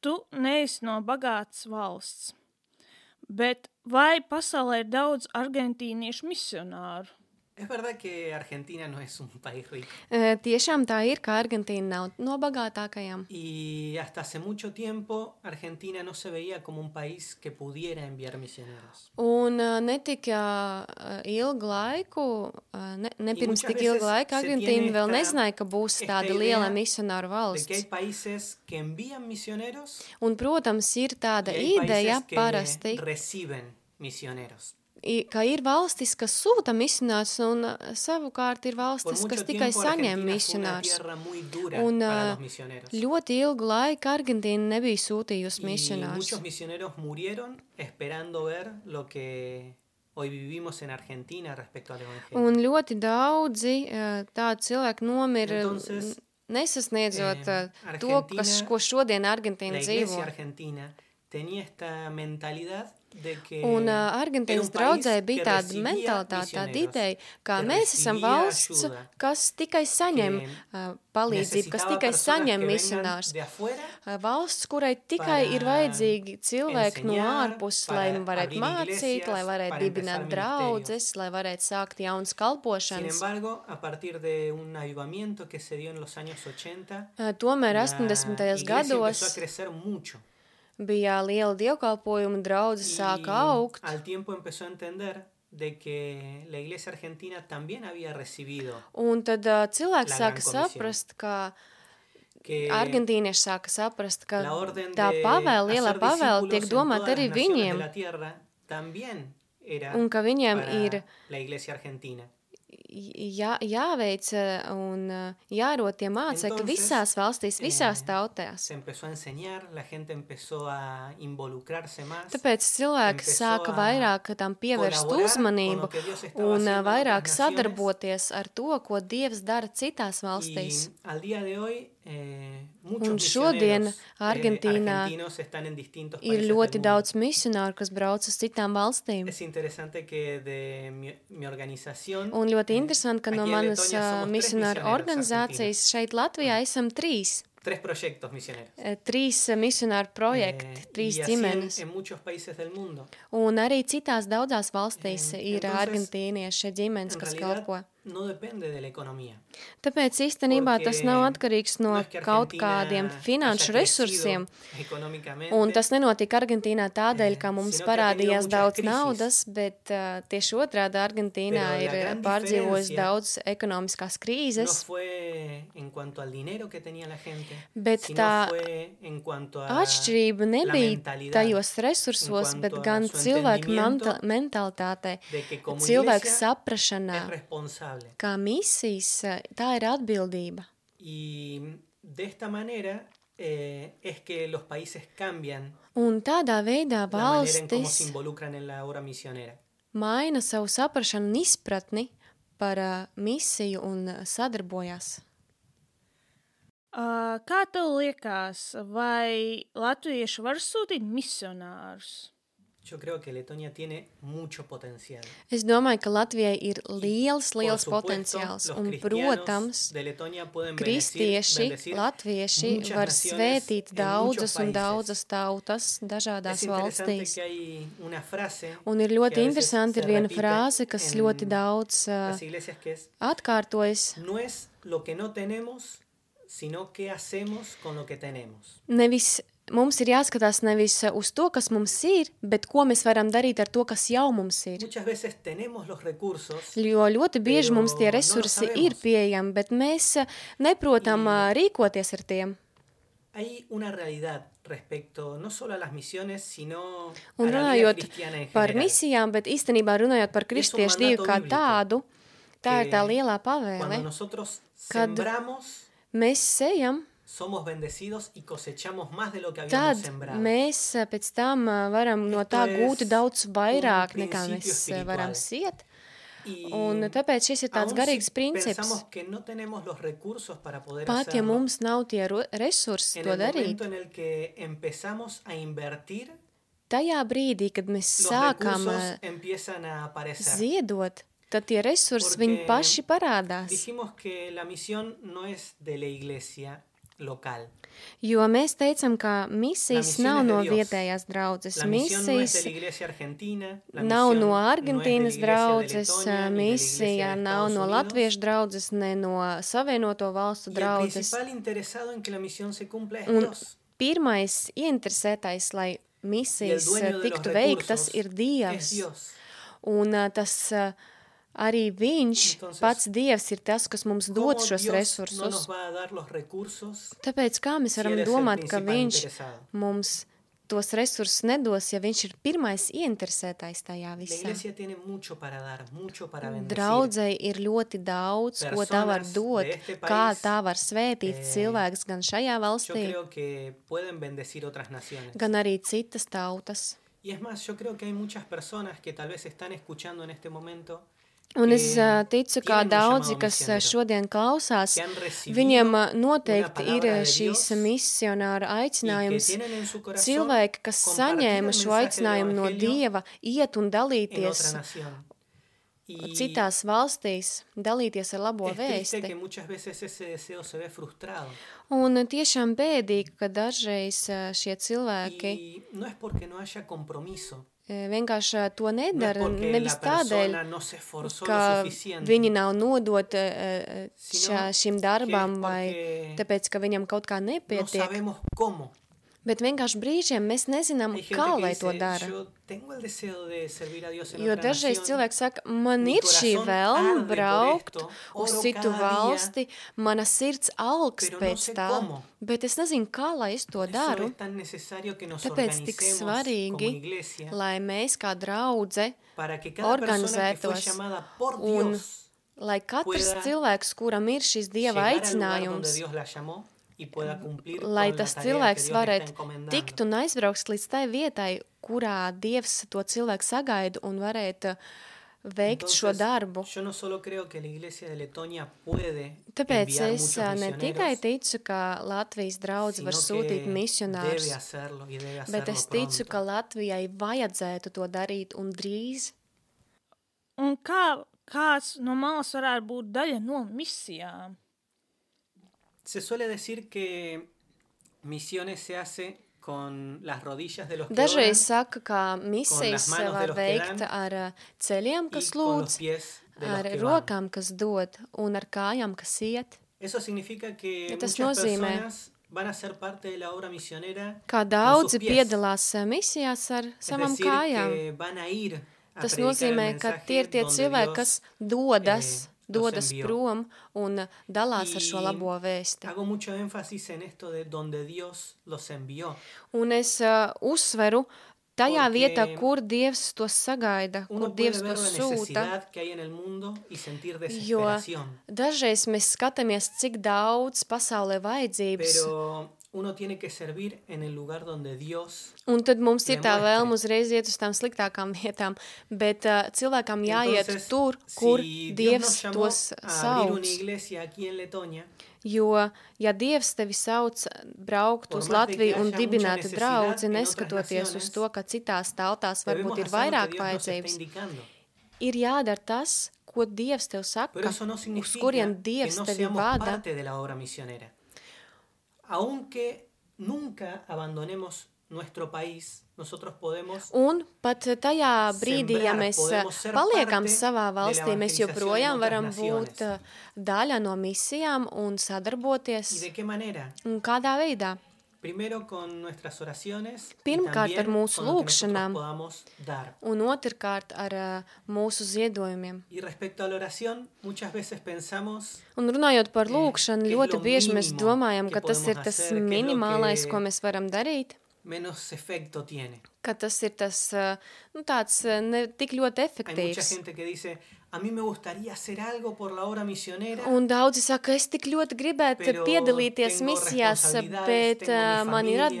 [SPEAKER 2] Tu neesi no bagātas valsts, bet vai pasaulē ir daudz argentīniešu misionāru?
[SPEAKER 3] Es verdad que Argentina no es un país rico.
[SPEAKER 4] E, tiešām tā ir, ka Argentīna nav no bagātākajām.
[SPEAKER 3] Y hasta hace mucho tiempo Argentina no se veía como un país que pudiera enviar misioneros.
[SPEAKER 4] Un ā, netika ā, ilgu laiku, ā, ne, ne
[SPEAKER 3] Y
[SPEAKER 4] pirms
[SPEAKER 3] muchas
[SPEAKER 4] tik ilgu
[SPEAKER 3] veces
[SPEAKER 4] laiku
[SPEAKER 3] se tiene
[SPEAKER 4] Argentīna vēl
[SPEAKER 3] esta-
[SPEAKER 4] nezināja, ka būs
[SPEAKER 3] esta
[SPEAKER 4] tāda
[SPEAKER 3] idea
[SPEAKER 4] liela misionāru
[SPEAKER 3] De que hay
[SPEAKER 4] valsts.
[SPEAKER 3] países que envían misioneros
[SPEAKER 4] Un, protams, ir
[SPEAKER 3] y
[SPEAKER 4] tāda
[SPEAKER 3] hay
[SPEAKER 4] ideja
[SPEAKER 3] países que
[SPEAKER 4] parasti,
[SPEAKER 3] reciben misioneros.
[SPEAKER 4] I- ka ir valstis, kas sūta misionārus, un uh, savukārt ir
[SPEAKER 3] Por
[SPEAKER 4] valstis,
[SPEAKER 3] mucho
[SPEAKER 4] kas tikai
[SPEAKER 3] tiempo
[SPEAKER 4] saņem
[SPEAKER 3] Argentina fue una
[SPEAKER 4] misionārus.
[SPEAKER 3] tierra muy dura
[SPEAKER 4] Un,
[SPEAKER 3] para
[SPEAKER 4] ah,
[SPEAKER 3] los misioneros.
[SPEAKER 4] Ļoti ilgu laiku Argentīna nebija sūtījusi
[SPEAKER 3] Y
[SPEAKER 4] misionārus.
[SPEAKER 3] muchos misioneros murieron esperando ver lo que hoy vivimos en Argentina respecto al Evangelio.
[SPEAKER 4] Un ļoti daudzi uh, tādu cilvēku nomira
[SPEAKER 3] Entonces,
[SPEAKER 4] n- nesasniedzot
[SPEAKER 3] em,
[SPEAKER 4] uh, to, kas,
[SPEAKER 3] Argentina,
[SPEAKER 4] ko šodien
[SPEAKER 3] La
[SPEAKER 4] Argentīna
[SPEAKER 3] iglesia
[SPEAKER 4] dzīvo.
[SPEAKER 3] argentina tenía esta mentalidad de que
[SPEAKER 4] Un ā,
[SPEAKER 3] era
[SPEAKER 4] Argentīnas
[SPEAKER 3] un país
[SPEAKER 4] draudzē bija
[SPEAKER 3] que
[SPEAKER 4] tāda
[SPEAKER 3] recibía
[SPEAKER 4] mentalitāte, tāda
[SPEAKER 3] misioneros,
[SPEAKER 4] ideja, ka
[SPEAKER 3] que
[SPEAKER 4] mēs esam
[SPEAKER 3] recibía
[SPEAKER 4] valsts,
[SPEAKER 3] ayuda,
[SPEAKER 4] kas tikai saņem
[SPEAKER 3] que
[SPEAKER 4] ā, palīdzību, kas
[SPEAKER 3] necesitaba
[SPEAKER 4] tikai
[SPEAKER 3] personas
[SPEAKER 4] saņem
[SPEAKER 3] que vengan
[SPEAKER 4] misionārs.
[SPEAKER 3] de afuera
[SPEAKER 4] Ā, Valsts, kurai tikai ir
[SPEAKER 3] para
[SPEAKER 4] vajadzīgi cilvēki no
[SPEAKER 3] enseñar,
[SPEAKER 4] ārpuses,
[SPEAKER 3] para
[SPEAKER 4] lai varētu
[SPEAKER 3] abrir
[SPEAKER 4] mācīt,
[SPEAKER 3] iglesias,
[SPEAKER 4] lai varētu
[SPEAKER 3] para empezar
[SPEAKER 4] dibināt
[SPEAKER 3] ministerios.
[SPEAKER 4] draudzes, lai varētu sākt jaunas
[SPEAKER 3] Sin
[SPEAKER 4] kalpošanas.
[SPEAKER 3] embargo, a partir de un avivamiento que se dio en los años 80,
[SPEAKER 4] Ā, Tomēr
[SPEAKER 3] la
[SPEAKER 4] 80.
[SPEAKER 3] iglesia
[SPEAKER 4] gados
[SPEAKER 3] empezó a crecer mucho.
[SPEAKER 4] bija liela dievkalpojuma, draudzes
[SPEAKER 3] Y
[SPEAKER 4] sāka augt.
[SPEAKER 3] al tiempo empezó a entender de que la iglesia argentina también había recibido,
[SPEAKER 4] Un tad uh, cilvēks
[SPEAKER 3] La Gran
[SPEAKER 4] sāka
[SPEAKER 3] Comisión.
[SPEAKER 4] saprast, ka
[SPEAKER 3] que
[SPEAKER 4] argentīnieši sāka saprast, ka
[SPEAKER 3] la orden
[SPEAKER 4] tā
[SPEAKER 3] de
[SPEAKER 4] pavēle, lielā
[SPEAKER 3] hacer
[SPEAKER 4] pavēle
[SPEAKER 3] discípulos
[SPEAKER 4] tiek
[SPEAKER 3] en
[SPEAKER 4] domāta
[SPEAKER 3] todas
[SPEAKER 4] arī
[SPEAKER 3] las naciones de
[SPEAKER 4] viņiem,
[SPEAKER 3] la tierra también era
[SPEAKER 4] un ka viņiem
[SPEAKER 3] para
[SPEAKER 4] ir
[SPEAKER 3] la iglesia argentina.
[SPEAKER 4] j- jā, jāveic uh, un uh, jārot tie mācekļi
[SPEAKER 3] Entonces,
[SPEAKER 4] visās valstīs, visās
[SPEAKER 3] eh,
[SPEAKER 4] tautās.
[SPEAKER 3] Se empezó a enseñar, la gente empezó a involucrarse más.
[SPEAKER 4] Tāpēc cilvēki
[SPEAKER 3] empezó
[SPEAKER 4] sāka
[SPEAKER 3] a
[SPEAKER 4] vairāk tam pievērst
[SPEAKER 3] colaborar con
[SPEAKER 4] uzmanību
[SPEAKER 3] lo que Dios estaba
[SPEAKER 4] un
[SPEAKER 3] haciendo
[SPEAKER 4] uh,
[SPEAKER 3] en
[SPEAKER 4] vairāk
[SPEAKER 3] otras naciones.
[SPEAKER 4] sadarboties ar to, ko Dievs dara citās valstīs.
[SPEAKER 3] Y al día de hoy, eh, muchos
[SPEAKER 4] Un šodien
[SPEAKER 3] misioneros, eh,
[SPEAKER 4] Argentīnā
[SPEAKER 3] argentinos están en distintos
[SPEAKER 4] Ir
[SPEAKER 3] países
[SPEAKER 4] ļoti
[SPEAKER 3] del mundo.
[SPEAKER 4] daudz misionāru, kas brauc uz citām valstīm.
[SPEAKER 3] Es interesante que de mi, mi organización.
[SPEAKER 4] Un ļoti
[SPEAKER 3] eh,
[SPEAKER 4] interesanti, ka no
[SPEAKER 3] aquí en
[SPEAKER 4] manas
[SPEAKER 3] Letonia
[SPEAKER 4] ā,
[SPEAKER 3] somos tres
[SPEAKER 4] misionāru
[SPEAKER 3] misioneros
[SPEAKER 4] organizācijas šeit Latvijā esam trīs.
[SPEAKER 3] argentinos, Tres proyectos misioneros.
[SPEAKER 4] Eh, Trīs eh, misionāru projekti,
[SPEAKER 3] Eh,
[SPEAKER 4] trīs
[SPEAKER 3] y así en-
[SPEAKER 4] ģimenes.
[SPEAKER 3] En, muchos países del mundo.
[SPEAKER 4] Un arī citās daudzās valstīs
[SPEAKER 3] Em,
[SPEAKER 4] ir
[SPEAKER 3] entonces,
[SPEAKER 4] argentīnieši
[SPEAKER 3] En
[SPEAKER 4] ģimenes, kas
[SPEAKER 3] realidad,
[SPEAKER 4] kalpo.
[SPEAKER 3] no depende de la economía.
[SPEAKER 4] Tāpēc īstenībā tas
[SPEAKER 3] porque
[SPEAKER 4] nav atkarīgs no
[SPEAKER 3] no es que
[SPEAKER 4] kaut
[SPEAKER 3] Argentina
[SPEAKER 4] kādiem
[SPEAKER 3] haya
[SPEAKER 4] finanšu
[SPEAKER 3] crecido
[SPEAKER 4] resursiem.
[SPEAKER 3] económicamente,
[SPEAKER 4] Un tas nenotika Argentīnā tādēļ,
[SPEAKER 3] Eh,
[SPEAKER 4] ka mums
[SPEAKER 3] sino que ha
[SPEAKER 4] parādījās
[SPEAKER 3] tenido muchas
[SPEAKER 4] daudz
[SPEAKER 3] crisis.
[SPEAKER 4] naudas, bet uh, tieši otrādi Argentīnā
[SPEAKER 3] Pero la
[SPEAKER 4] ir eh,
[SPEAKER 3] gran
[SPEAKER 4] pārdzīvojusi
[SPEAKER 3] diferencia
[SPEAKER 4] daudz ekonomiskās
[SPEAKER 3] no
[SPEAKER 4] krīzes.
[SPEAKER 3] fue en cuanto al dinero que tenía la gente,
[SPEAKER 4] Bet
[SPEAKER 3] sino
[SPEAKER 4] tā
[SPEAKER 3] fue en cuanto a
[SPEAKER 4] Atšķirība nebija
[SPEAKER 3] mentalidad,
[SPEAKER 4] tajos resursos,
[SPEAKER 3] en
[SPEAKER 4] bet
[SPEAKER 3] cuanto a
[SPEAKER 4] gan
[SPEAKER 3] su
[SPEAKER 4] cilvēku
[SPEAKER 3] entendimiento,
[SPEAKER 4] menta- mentalitātē,
[SPEAKER 3] de que como
[SPEAKER 4] cilvēku
[SPEAKER 3] iglesia
[SPEAKER 4] saprašanā,
[SPEAKER 3] es responsable.
[SPEAKER 4] kā misijas, eh, tā ir atbildība.
[SPEAKER 3] Y de esta manera eh, es que los países cambian
[SPEAKER 4] Un tādā veidā
[SPEAKER 3] la manera en cómo se
[SPEAKER 4] valstis
[SPEAKER 3] involucran en la obra misionera.
[SPEAKER 4] maina savu saprašanu un izpratni par eh, misiju un eh, sadarbojās.
[SPEAKER 2] Ā, Kā tev liekas, vai latvieši var sūtīt misionārus?
[SPEAKER 3] Yo creo que Letonia tiene mucho potencial.
[SPEAKER 4] Es domāju, ka Latvijai ir liels,
[SPEAKER 3] Por
[SPEAKER 4] liels
[SPEAKER 3] supuesto,
[SPEAKER 4] potenciāls,
[SPEAKER 3] los
[SPEAKER 4] un,
[SPEAKER 3] cristianos
[SPEAKER 4] protams,
[SPEAKER 3] de Letonia pueden
[SPEAKER 4] kristieši,
[SPEAKER 3] bendecir- bendecir
[SPEAKER 4] latvieši
[SPEAKER 3] muchas
[SPEAKER 4] var
[SPEAKER 3] naciones
[SPEAKER 4] svētīt
[SPEAKER 3] en
[SPEAKER 4] daudzas
[SPEAKER 3] muchos
[SPEAKER 4] un
[SPEAKER 3] países.
[SPEAKER 4] daudzas tautas
[SPEAKER 3] Es
[SPEAKER 4] dažādās
[SPEAKER 3] interesante
[SPEAKER 4] valstīs.
[SPEAKER 3] que hay una frase
[SPEAKER 4] Un ir
[SPEAKER 3] que
[SPEAKER 4] ļoti
[SPEAKER 3] a veces
[SPEAKER 4] interesanti,
[SPEAKER 3] se
[SPEAKER 4] ir viena
[SPEAKER 3] repite
[SPEAKER 4] frāze, kas
[SPEAKER 3] en
[SPEAKER 4] ļoti daudz
[SPEAKER 3] las
[SPEAKER 4] uh,
[SPEAKER 3] iglesias que es
[SPEAKER 4] atkārtojas.
[SPEAKER 3] no es lo que no tenemos, sino qué hacemos con lo que tenemos.
[SPEAKER 4] Nevis mums ir jāskatās nevis ā, uz to, kas mums ir, bet ko mēs varam darīt ar to, kas jau mums ir.
[SPEAKER 3] Muchas veces tenemos los recursos
[SPEAKER 4] Jo ļoti bieži mums tie
[SPEAKER 3] Pero no
[SPEAKER 4] resursi
[SPEAKER 3] sabemos.
[SPEAKER 4] ir pieejami, bet mēs ā, neprotam ā, rīkoties ar tiem.
[SPEAKER 3] Hay una realidad respecto no solo a las misiones, sino a la
[SPEAKER 4] Un
[SPEAKER 3] vida
[SPEAKER 4] runājot
[SPEAKER 3] cristiana en
[SPEAKER 4] par
[SPEAKER 3] general.
[SPEAKER 4] misijām, bet īstenībā runājot par kristiešu divu kā
[SPEAKER 3] mandātu
[SPEAKER 4] tādu, tā ir tā
[SPEAKER 3] que
[SPEAKER 4] lielā
[SPEAKER 3] Cuando
[SPEAKER 4] pavēle.
[SPEAKER 3] nosotros
[SPEAKER 4] Kad-
[SPEAKER 3] sembramos,
[SPEAKER 4] Mēs sejam,
[SPEAKER 3] somos bendecidos y cosechamos más de lo que habíamos
[SPEAKER 4] tad
[SPEAKER 3] sembrado.
[SPEAKER 4] mēs eh, pēc tam eh, varam no
[SPEAKER 3] Esto
[SPEAKER 4] tā
[SPEAKER 3] es
[SPEAKER 4] gūt daudz vairāk
[SPEAKER 3] un
[SPEAKER 4] nekā mēs
[SPEAKER 3] principio
[SPEAKER 4] eh, varam
[SPEAKER 3] espiritual.
[SPEAKER 4] siet.
[SPEAKER 3] Y
[SPEAKER 4] Un tāpēc šis ir tāds
[SPEAKER 3] aun
[SPEAKER 4] garīgs
[SPEAKER 3] si
[SPEAKER 4] princips.
[SPEAKER 3] Pensamos que no tenemos los recursos para poder
[SPEAKER 4] Pat ja
[SPEAKER 3] hacerlo,
[SPEAKER 4] mums nav tie ro- resursi
[SPEAKER 3] en
[SPEAKER 4] to
[SPEAKER 3] el
[SPEAKER 4] darīt,
[SPEAKER 3] momento en el que empezamos a invertir,
[SPEAKER 4] tajā brīdī, kad mēs
[SPEAKER 3] los
[SPEAKER 4] sākam
[SPEAKER 3] recursos
[SPEAKER 4] eh,
[SPEAKER 3] empiezan a aparecer.
[SPEAKER 4] ziedot, tad tie resursi viņi
[SPEAKER 3] Porque
[SPEAKER 4] paši parādās.
[SPEAKER 3] Dijimos que la misión no es de la iglesia local.
[SPEAKER 4] Jo mēs teicam, ka misijas
[SPEAKER 3] La misión
[SPEAKER 4] nav
[SPEAKER 3] es de
[SPEAKER 4] no
[SPEAKER 3] Dios.
[SPEAKER 4] vietējās draudzes.
[SPEAKER 3] La misión no es de
[SPEAKER 4] Misijas
[SPEAKER 3] la iglesia argentina. La
[SPEAKER 4] nav
[SPEAKER 3] misión no es de
[SPEAKER 4] no
[SPEAKER 3] la
[SPEAKER 4] Argentīnas
[SPEAKER 3] iglesia de
[SPEAKER 4] draudzes, eh,
[SPEAKER 3] Letonia, ni de la iglesia
[SPEAKER 4] misija
[SPEAKER 3] de
[SPEAKER 4] nav
[SPEAKER 3] Estados
[SPEAKER 4] no
[SPEAKER 3] Unidos.
[SPEAKER 4] Latviešu draudzes, ne no Savienoto valstu
[SPEAKER 3] Y el
[SPEAKER 4] draudzes.
[SPEAKER 3] principal interesado en que la misión se cumpla es
[SPEAKER 4] Un
[SPEAKER 3] Dios.
[SPEAKER 4] Pirmais ieinteresētais, lai
[SPEAKER 3] Y el
[SPEAKER 4] misijas eh,
[SPEAKER 3] dueño de los
[SPEAKER 4] tiktu veiktas,
[SPEAKER 3] recursos
[SPEAKER 4] ir
[SPEAKER 3] es
[SPEAKER 4] Dievs.
[SPEAKER 3] Dios.
[SPEAKER 4] Un eh, tas eh, arī Viņš,
[SPEAKER 3] Entonces,
[SPEAKER 4] pats Dievs, ir tas, kas mums
[SPEAKER 3] ¿Cómo
[SPEAKER 4] dod šos
[SPEAKER 3] Dios no
[SPEAKER 4] resursus.
[SPEAKER 3] nos va a dar los recursos
[SPEAKER 4] Tāpēc kā mēs
[SPEAKER 3] si
[SPEAKER 4] varam
[SPEAKER 3] Él es el
[SPEAKER 4] domāt, ka
[SPEAKER 3] principal
[SPEAKER 4] Viņš
[SPEAKER 3] interesado?
[SPEAKER 4] mums tos resursus nedos, ja viņš ir pirmais ieinteresētais tajā
[SPEAKER 3] La
[SPEAKER 4] visā.
[SPEAKER 3] iglesia tiene mucho para dar, mucho para bendecir.
[SPEAKER 4] Draudzēji ir ļoti daudz, ko tā var
[SPEAKER 3] Personas
[SPEAKER 4] dot,
[SPEAKER 3] de este
[SPEAKER 4] kā
[SPEAKER 3] país,
[SPEAKER 4] tā var svētīt
[SPEAKER 3] eh,
[SPEAKER 4] cilvēks gan šajā
[SPEAKER 3] Yo
[SPEAKER 4] valstī,
[SPEAKER 3] creo que pueden bendecir otras naciones.
[SPEAKER 4] gan arī citas tautas.
[SPEAKER 3] Y es más, yo creo que hay muchas personas que tal vez están escuchando en este momento
[SPEAKER 4] Un es ah,
[SPEAKER 3] que
[SPEAKER 4] ā, ticu, ka
[SPEAKER 3] tienen un
[SPEAKER 4] daudzi,
[SPEAKER 3] llamado
[SPEAKER 4] kas ā,
[SPEAKER 3] misionero,
[SPEAKER 4] šodien klausās,
[SPEAKER 3] que han recibido
[SPEAKER 4] viņiem ā, noteikti
[SPEAKER 3] una palabra
[SPEAKER 4] ir
[SPEAKER 3] de
[SPEAKER 4] ā, šīs
[SPEAKER 3] Dios
[SPEAKER 4] misionāra
[SPEAKER 3] y que
[SPEAKER 4] aicinājums.
[SPEAKER 3] tienen en su corazón
[SPEAKER 4] Cilvēki, kas
[SPEAKER 3] compartir el
[SPEAKER 4] saņēma šo
[SPEAKER 3] mensaje del
[SPEAKER 4] aicinājumu no
[SPEAKER 3] evangelio
[SPEAKER 4] Dieva, iet un
[SPEAKER 3] en otra
[SPEAKER 4] dalīties
[SPEAKER 3] nación. Y
[SPEAKER 4] citās valstīs, dalīties ar labo
[SPEAKER 3] es triste
[SPEAKER 4] vēsti.
[SPEAKER 3] que muchas veces ese deseo se ve frustrado.
[SPEAKER 4] Un tiešām bēdīgi, ka dažreiz ā, šie cilvēki
[SPEAKER 3] Y no es porque no haya compromiso,
[SPEAKER 4] ā, vienkārši ā, to
[SPEAKER 3] no es
[SPEAKER 4] nedara,
[SPEAKER 3] porque
[SPEAKER 4] nevis
[SPEAKER 3] la
[SPEAKER 4] tādēļ,
[SPEAKER 3] persona no se esforzó
[SPEAKER 4] ka
[SPEAKER 3] lo suficiente,
[SPEAKER 4] viņi nav nodot ā, ā,
[SPEAKER 3] sino
[SPEAKER 4] šā, šim
[SPEAKER 3] que
[SPEAKER 4] darbam
[SPEAKER 3] es
[SPEAKER 4] vai
[SPEAKER 3] porque
[SPEAKER 4] tāpēc, ka viņam kaut kā
[SPEAKER 3] no
[SPEAKER 4] nepietiek.
[SPEAKER 3] sabemos cómo.
[SPEAKER 4] Bet vienkārši brīžiem mēs nezinām,
[SPEAKER 3] Hay gente
[SPEAKER 4] kā
[SPEAKER 3] que
[SPEAKER 4] lai to
[SPEAKER 3] dice,
[SPEAKER 4] dara.
[SPEAKER 3] yo tengo el deseo de servir a Dios en
[SPEAKER 4] Jo
[SPEAKER 3] otra
[SPEAKER 4] dažreiz
[SPEAKER 3] nación,
[SPEAKER 4] cilvēks saka, man
[SPEAKER 3] mi
[SPEAKER 4] ir šī
[SPEAKER 3] corazón arde
[SPEAKER 4] vēlme
[SPEAKER 3] por
[SPEAKER 4] braukt
[SPEAKER 3] esto,
[SPEAKER 4] uz
[SPEAKER 3] oro
[SPEAKER 4] citu
[SPEAKER 3] cada día,
[SPEAKER 4] valsti, mana sirds augsts
[SPEAKER 3] pero no
[SPEAKER 4] pēc
[SPEAKER 3] sé
[SPEAKER 4] tā,
[SPEAKER 3] cómo."
[SPEAKER 4] bet es nezinu, kā lai es to
[SPEAKER 3] Por eso
[SPEAKER 4] daru.
[SPEAKER 3] es tan necesario que nos
[SPEAKER 4] Tāpēc tik
[SPEAKER 3] organicemos como
[SPEAKER 4] svarīgi,
[SPEAKER 3] iglesia
[SPEAKER 4] lai mēs kā draudze,
[SPEAKER 3] para que cada persona que fue
[SPEAKER 4] organizētos
[SPEAKER 3] llamada por
[SPEAKER 4] un
[SPEAKER 3] Dios
[SPEAKER 4] lai katrs
[SPEAKER 3] pueda
[SPEAKER 4] cilvēks, kuram ir šis
[SPEAKER 3] llegar
[SPEAKER 4] dieva
[SPEAKER 3] al lugar donde
[SPEAKER 4] aicinājums,
[SPEAKER 3] Dios la llamó y pueda cumplir con
[SPEAKER 4] lai
[SPEAKER 3] la
[SPEAKER 4] tas
[SPEAKER 3] tarea que
[SPEAKER 4] cilvēks
[SPEAKER 3] Dios le está
[SPEAKER 4] varētu
[SPEAKER 3] encomendando.
[SPEAKER 4] tikt un aizbraukt līdz tai vietai, kurā dievs to cilvēku sagaida un varētu veikt šo
[SPEAKER 3] Entonces,
[SPEAKER 4] darbu.
[SPEAKER 3] Yo no solo creo que la iglesia de Letonia puede
[SPEAKER 4] Tāpēc
[SPEAKER 3] enviar
[SPEAKER 4] es
[SPEAKER 3] muchos
[SPEAKER 4] ā, ne tikai
[SPEAKER 3] misioneros,
[SPEAKER 4] ticu, ka Latvijas draudz var
[SPEAKER 3] sino que
[SPEAKER 4] sūtīt
[SPEAKER 3] debe
[SPEAKER 4] misionārus,
[SPEAKER 3] hacerlo y debe
[SPEAKER 4] bet
[SPEAKER 3] hacerlo
[SPEAKER 4] es ticu,
[SPEAKER 3] pronto.
[SPEAKER 4] ka Latvijai vajadzētu to darīt un drīz.
[SPEAKER 2] Un kā kāds no malas varētu būt daļa no misijām?
[SPEAKER 3] Se suele decir que misiones se hace con las rodillas de los que oran
[SPEAKER 4] Dažreiz saka, ka misijas
[SPEAKER 3] manos de
[SPEAKER 4] var
[SPEAKER 3] los que
[SPEAKER 4] veikt
[SPEAKER 3] dan,
[SPEAKER 4] ar ā, ceļiem,
[SPEAKER 3] y
[SPEAKER 4] kas
[SPEAKER 3] con los
[SPEAKER 4] lūdz,
[SPEAKER 3] pies de los
[SPEAKER 4] ar
[SPEAKER 3] que van.
[SPEAKER 4] rokām, kas dod un ar kājām, kas iet.
[SPEAKER 3] Eso significa que
[SPEAKER 4] Entonces,
[SPEAKER 3] muchas
[SPEAKER 4] no dime.
[SPEAKER 3] personas van a ser parte de la obra misionera
[SPEAKER 4] Kā
[SPEAKER 3] con sus
[SPEAKER 4] daudzi
[SPEAKER 3] pies.
[SPEAKER 4] piedalās ā, misijās ar
[SPEAKER 3] Es
[SPEAKER 4] savām
[SPEAKER 3] decir,
[SPEAKER 4] kājām.
[SPEAKER 3] que van a ir a
[SPEAKER 4] Tas
[SPEAKER 3] predicar el
[SPEAKER 4] nozīmē, ka
[SPEAKER 3] mensaje
[SPEAKER 4] tie ir tie
[SPEAKER 3] donde
[SPEAKER 4] cilvēki,
[SPEAKER 3] Dios
[SPEAKER 4] kas dodas,
[SPEAKER 3] eh, los
[SPEAKER 4] dodas
[SPEAKER 3] envió.
[SPEAKER 4] prom un ā, dalās ar šo
[SPEAKER 3] Y
[SPEAKER 4] labo vēsti.
[SPEAKER 3] Hago mucho énfasis en esto de donde Dios los envió.
[SPEAKER 4] Un es uh, uzsveru tajā
[SPEAKER 3] Porque
[SPEAKER 4] vietā, kur Dievs to sagaida, kur
[SPEAKER 3] Uno puede
[SPEAKER 4] Dievs to
[SPEAKER 3] ver la
[SPEAKER 4] sūta.
[SPEAKER 3] necesidad que hay en el mundo y sentir
[SPEAKER 4] Jo
[SPEAKER 3] desesperación.
[SPEAKER 4] dažreiz mēs skatāmies, cik daudz pasaulē vajadzības,
[SPEAKER 3] Pero uno tiene que servir en el lugar donde Dios.
[SPEAKER 4] un tad mums ir tā
[SPEAKER 3] Nemuestri.
[SPEAKER 4] vēlme uzreiz iet uz tām sliktākām vietām, bet uh, cilvēkam jāiet
[SPEAKER 3] Entonces,
[SPEAKER 4] tur, kur pues,
[SPEAKER 3] si Dios
[SPEAKER 4] Dievs
[SPEAKER 3] nos llamó
[SPEAKER 4] tos
[SPEAKER 3] a abrir una
[SPEAKER 4] sauc.
[SPEAKER 3] iglesia aquí en Letonia,
[SPEAKER 4] Jo, ja Dievs tevi sauc braukt
[SPEAKER 3] Por más
[SPEAKER 4] uz
[SPEAKER 3] de
[SPEAKER 4] Latviju
[SPEAKER 3] que
[SPEAKER 4] un
[SPEAKER 3] haya
[SPEAKER 4] dibināt
[SPEAKER 3] mucha necesidad
[SPEAKER 4] draudzi,
[SPEAKER 3] en otras
[SPEAKER 4] neskatoties uz
[SPEAKER 3] naciones,
[SPEAKER 4] to, ka citās tautās
[SPEAKER 3] debemos
[SPEAKER 4] varbūt
[SPEAKER 3] hacer
[SPEAKER 4] ir
[SPEAKER 3] lo que
[SPEAKER 4] vairāk
[SPEAKER 3] Dios nos está
[SPEAKER 4] vajadzības,
[SPEAKER 3] indicando.
[SPEAKER 4] ir jādara tas, ko Dievs tev saka,
[SPEAKER 3] Pero eso no
[SPEAKER 4] uz
[SPEAKER 3] significa
[SPEAKER 4] kurien
[SPEAKER 3] que
[SPEAKER 4] Dievs
[SPEAKER 3] no
[SPEAKER 4] tevi
[SPEAKER 3] seamos
[SPEAKER 4] vada.
[SPEAKER 3] parte de la obra misionera. Aunque nunca abandonemos nuestro país, nosotros podemos
[SPEAKER 4] Un pat tajā brīdī, ja
[SPEAKER 3] Sembrar,
[SPEAKER 4] mēs eh,
[SPEAKER 3] podemos ser
[SPEAKER 4] paliekam
[SPEAKER 3] parte
[SPEAKER 4] savā
[SPEAKER 3] de la
[SPEAKER 4] valstī, mēs
[SPEAKER 3] evangelización en
[SPEAKER 4] joprojām
[SPEAKER 3] otras
[SPEAKER 4] varam
[SPEAKER 3] naciones.
[SPEAKER 4] būt eh, daļa no misijām un
[SPEAKER 3] y
[SPEAKER 4] sadarboties.
[SPEAKER 3] de qué manera.
[SPEAKER 4] Un kādā veidā?
[SPEAKER 3] Primero con nuestras oraciones y
[SPEAKER 4] Pirmkārt,
[SPEAKER 3] también
[SPEAKER 4] ar mūsu
[SPEAKER 3] con lo que nosotros
[SPEAKER 4] lūgšanām.
[SPEAKER 3] podamos dar.
[SPEAKER 4] Un otrkārt ar eh, mūsu ziedojumiem.
[SPEAKER 3] Y respecto a la oración, muchas veces pensamos
[SPEAKER 4] Un runājot par
[SPEAKER 3] Eh,
[SPEAKER 4] lūkšanu,
[SPEAKER 3] que es
[SPEAKER 4] ļoti
[SPEAKER 3] lo
[SPEAKER 4] bieži mēs
[SPEAKER 3] mínimo
[SPEAKER 4] domājam,
[SPEAKER 3] que
[SPEAKER 4] ka tas
[SPEAKER 3] podemos
[SPEAKER 4] ir tas
[SPEAKER 3] hacer, que es lo
[SPEAKER 4] minimālais,
[SPEAKER 3] que-
[SPEAKER 4] ko mēs varam darīt.
[SPEAKER 3] menos efecto tiene.
[SPEAKER 4] Ka tas ir tas eh, nu, tāds eh, ne tik ļoti
[SPEAKER 3] Hay mucha
[SPEAKER 4] efektīvs.
[SPEAKER 3] gente que dice, a mí me gustaría hacer algo por la obra misionera.
[SPEAKER 4] Un daudzi saka, es tik ļoti gribētu
[SPEAKER 3] Pero
[SPEAKER 4] piedalīties
[SPEAKER 3] tengo
[SPEAKER 4] misijās,
[SPEAKER 3] responsabilidades,
[SPEAKER 4] bet
[SPEAKER 3] tengo mi
[SPEAKER 4] ā, man ir
[SPEAKER 3] familia,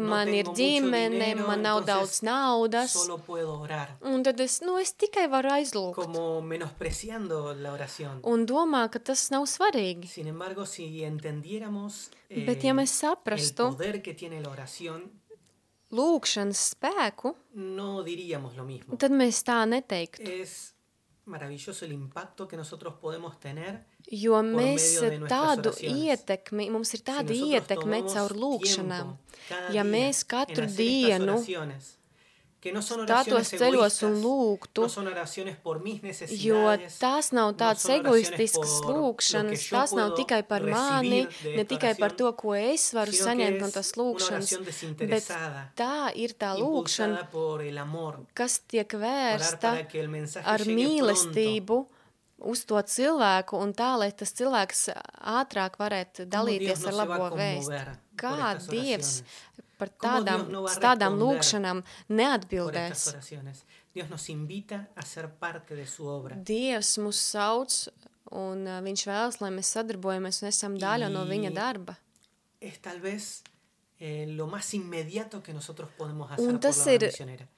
[SPEAKER 3] no
[SPEAKER 4] man ir
[SPEAKER 3] tengo mucho
[SPEAKER 4] ģimene,
[SPEAKER 3] dinero,
[SPEAKER 4] man nav
[SPEAKER 3] entonces
[SPEAKER 4] daudz naudas.
[SPEAKER 3] Solo puedo orar.
[SPEAKER 4] Un tad es, nu, es tikai varu aizlūgt.
[SPEAKER 3] Como menospreciando la oración.
[SPEAKER 4] Un domā, ka tas nav svarīgi.
[SPEAKER 3] Sin embargo, si entendiéramos eh,
[SPEAKER 4] Bet ja mēs
[SPEAKER 3] el
[SPEAKER 4] saprastu
[SPEAKER 3] poder que tiene la oración,
[SPEAKER 4] lūkšanas spēku,
[SPEAKER 3] no diríamos lo mismo.
[SPEAKER 4] tad mēs tā neteiktu.
[SPEAKER 3] Es maravilloso el impacto que nosotros podemos tener
[SPEAKER 4] Jo mēs
[SPEAKER 3] medio de nuestras
[SPEAKER 4] tādu
[SPEAKER 3] oraciones.
[SPEAKER 4] ietekmi, mums ir tāda
[SPEAKER 3] si nosotros
[SPEAKER 4] ietekme
[SPEAKER 3] tomamos
[SPEAKER 4] caur lūkšanām.
[SPEAKER 3] tiempo cada
[SPEAKER 4] Ja
[SPEAKER 3] día
[SPEAKER 4] mēs
[SPEAKER 3] en hacer
[SPEAKER 4] katru
[SPEAKER 3] estas
[SPEAKER 4] dienu
[SPEAKER 3] oraciones, que no son
[SPEAKER 4] stātos
[SPEAKER 3] oraciones
[SPEAKER 4] ceļos un
[SPEAKER 3] egoístas,
[SPEAKER 4] lūgtu,
[SPEAKER 3] no son oraciones por mis
[SPEAKER 4] Jo
[SPEAKER 3] necesidades,
[SPEAKER 4] tās nav
[SPEAKER 3] no
[SPEAKER 4] tādas
[SPEAKER 3] son oraciones
[SPEAKER 4] egoistiskas
[SPEAKER 3] por lo que
[SPEAKER 4] lūkšanas,
[SPEAKER 3] yo
[SPEAKER 4] tās nav
[SPEAKER 3] puedo
[SPEAKER 4] tikai par
[SPEAKER 3] recibir
[SPEAKER 4] mani,
[SPEAKER 3] de
[SPEAKER 4] ne
[SPEAKER 3] esta
[SPEAKER 4] tikai par
[SPEAKER 3] oración,
[SPEAKER 4] to, ko es varu
[SPEAKER 3] sino que
[SPEAKER 4] saņemt no
[SPEAKER 3] es
[SPEAKER 4] tās
[SPEAKER 3] una
[SPEAKER 4] lūkšanas,
[SPEAKER 3] oración
[SPEAKER 4] bet
[SPEAKER 3] desinteresada,
[SPEAKER 4] tā ir tā lūkšana,
[SPEAKER 3] impulsada por el amor,
[SPEAKER 4] kas tiek
[SPEAKER 3] orar
[SPEAKER 4] vērsta
[SPEAKER 3] para que el mensaje
[SPEAKER 4] ar
[SPEAKER 3] llegue pronto.
[SPEAKER 4] mīlestību uz to cilvēku un tā, lai tas cilvēks ātrāk varētu
[SPEAKER 3] Cómo Dios
[SPEAKER 4] dalīties
[SPEAKER 3] no
[SPEAKER 4] ar
[SPEAKER 3] se va a
[SPEAKER 4] labo vēstu.
[SPEAKER 3] conmover por
[SPEAKER 4] Kā
[SPEAKER 3] estas
[SPEAKER 4] Dievs
[SPEAKER 3] oraciones,
[SPEAKER 4] par
[SPEAKER 3] Dios
[SPEAKER 4] tādām,
[SPEAKER 3] no va a
[SPEAKER 4] tādām
[SPEAKER 3] responder
[SPEAKER 4] lūkšanām
[SPEAKER 3] por estas
[SPEAKER 4] neatbildēs?
[SPEAKER 3] oraciones. Dios nos invita a ser parte de su obra.
[SPEAKER 4] Dievs mūs sauc, un ā, Viņš vēlas, lai mēs sadarbojamies un esam daļa no Viņa
[SPEAKER 3] I-
[SPEAKER 4] darba.
[SPEAKER 3] es tal vez eh, lo más inmediato que nosotros podemos hacer
[SPEAKER 4] Un
[SPEAKER 3] por la
[SPEAKER 4] tas
[SPEAKER 3] obra
[SPEAKER 4] ir-
[SPEAKER 3] misionera.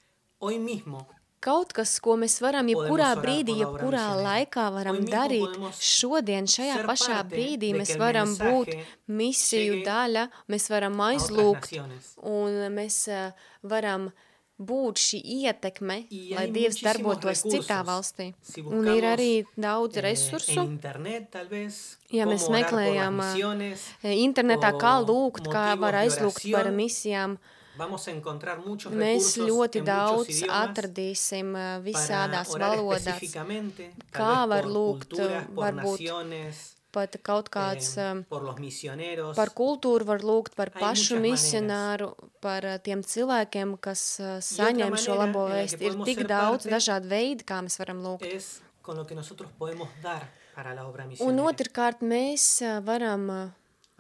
[SPEAKER 3] Hoy mismo
[SPEAKER 4] kaut kas, ko mēs varam
[SPEAKER 3] Podemos
[SPEAKER 4] jebkurā
[SPEAKER 3] orar
[SPEAKER 4] brīdī,
[SPEAKER 3] por la obra
[SPEAKER 4] jebkurā
[SPEAKER 3] misionera.
[SPEAKER 4] laikā varam
[SPEAKER 3] Hoy mismo
[SPEAKER 4] darīt.
[SPEAKER 3] podemos
[SPEAKER 4] Šodien, šajā
[SPEAKER 3] ser
[SPEAKER 4] pašā
[SPEAKER 3] parte
[SPEAKER 4] brīdī,
[SPEAKER 3] de que
[SPEAKER 4] mēs
[SPEAKER 3] el
[SPEAKER 4] varam
[SPEAKER 3] mensaje
[SPEAKER 4] būt misiju
[SPEAKER 3] llegue
[SPEAKER 4] daļa, mēs varam
[SPEAKER 3] a otras
[SPEAKER 4] aizlūgt,
[SPEAKER 3] naciones.
[SPEAKER 4] un mēs eh, varam būt šī ietekme,
[SPEAKER 3] Y
[SPEAKER 4] lai
[SPEAKER 3] hay
[SPEAKER 4] Dievs
[SPEAKER 3] muchísimos
[SPEAKER 4] darbotos citā
[SPEAKER 3] recursos.
[SPEAKER 4] valstī.
[SPEAKER 3] Si
[SPEAKER 4] Un ir
[SPEAKER 3] buscamos,
[SPEAKER 4] arī daudz
[SPEAKER 3] Eh,
[SPEAKER 4] resursu.
[SPEAKER 3] en internet, tal vez.
[SPEAKER 4] Ja
[SPEAKER 3] cómo
[SPEAKER 4] mēs
[SPEAKER 3] orar por las
[SPEAKER 4] meklējām, eh,
[SPEAKER 3] misiones.
[SPEAKER 4] eh, Internetā kā
[SPEAKER 3] o
[SPEAKER 4] lūgt, kā
[SPEAKER 3] motivos
[SPEAKER 4] var
[SPEAKER 3] de
[SPEAKER 4] aizlūgt par
[SPEAKER 3] oración.
[SPEAKER 4] misijām,
[SPEAKER 3] Vamos a encontrar muchos
[SPEAKER 4] mēs
[SPEAKER 3] recursos
[SPEAKER 4] ļoti
[SPEAKER 3] en muchos
[SPEAKER 4] daudz
[SPEAKER 3] idiomas
[SPEAKER 4] atradīsim eh,
[SPEAKER 3] para
[SPEAKER 4] visādās
[SPEAKER 3] orar
[SPEAKER 4] valodās.
[SPEAKER 3] específicamente, tal
[SPEAKER 4] Kā
[SPEAKER 3] vez
[SPEAKER 4] var
[SPEAKER 3] por
[SPEAKER 4] lūgt,
[SPEAKER 3] culturas, por
[SPEAKER 4] varbūt
[SPEAKER 3] naciones,
[SPEAKER 4] Pat kaut kāds
[SPEAKER 3] eh,
[SPEAKER 4] em,
[SPEAKER 3] por los misioneros,
[SPEAKER 4] par kultūru var lūgt, par
[SPEAKER 3] Hay
[SPEAKER 4] pašu
[SPEAKER 3] muchas maneras.
[SPEAKER 4] misionāru, par eh, tiem cilvēkiem, kas eh,
[SPEAKER 3] otra
[SPEAKER 4] saņem šo
[SPEAKER 3] manera
[SPEAKER 4] labo
[SPEAKER 3] en la que
[SPEAKER 4] vēstu. Ir
[SPEAKER 3] podemos
[SPEAKER 4] tik
[SPEAKER 3] ser
[SPEAKER 4] daudz
[SPEAKER 3] parte
[SPEAKER 4] dažādu veidu, kā mēs varam lūgt.
[SPEAKER 3] es con lo que nosotros podemos dar para la obra
[SPEAKER 4] Un
[SPEAKER 3] misionera.
[SPEAKER 4] otrkārt, mēs eh, varam eh,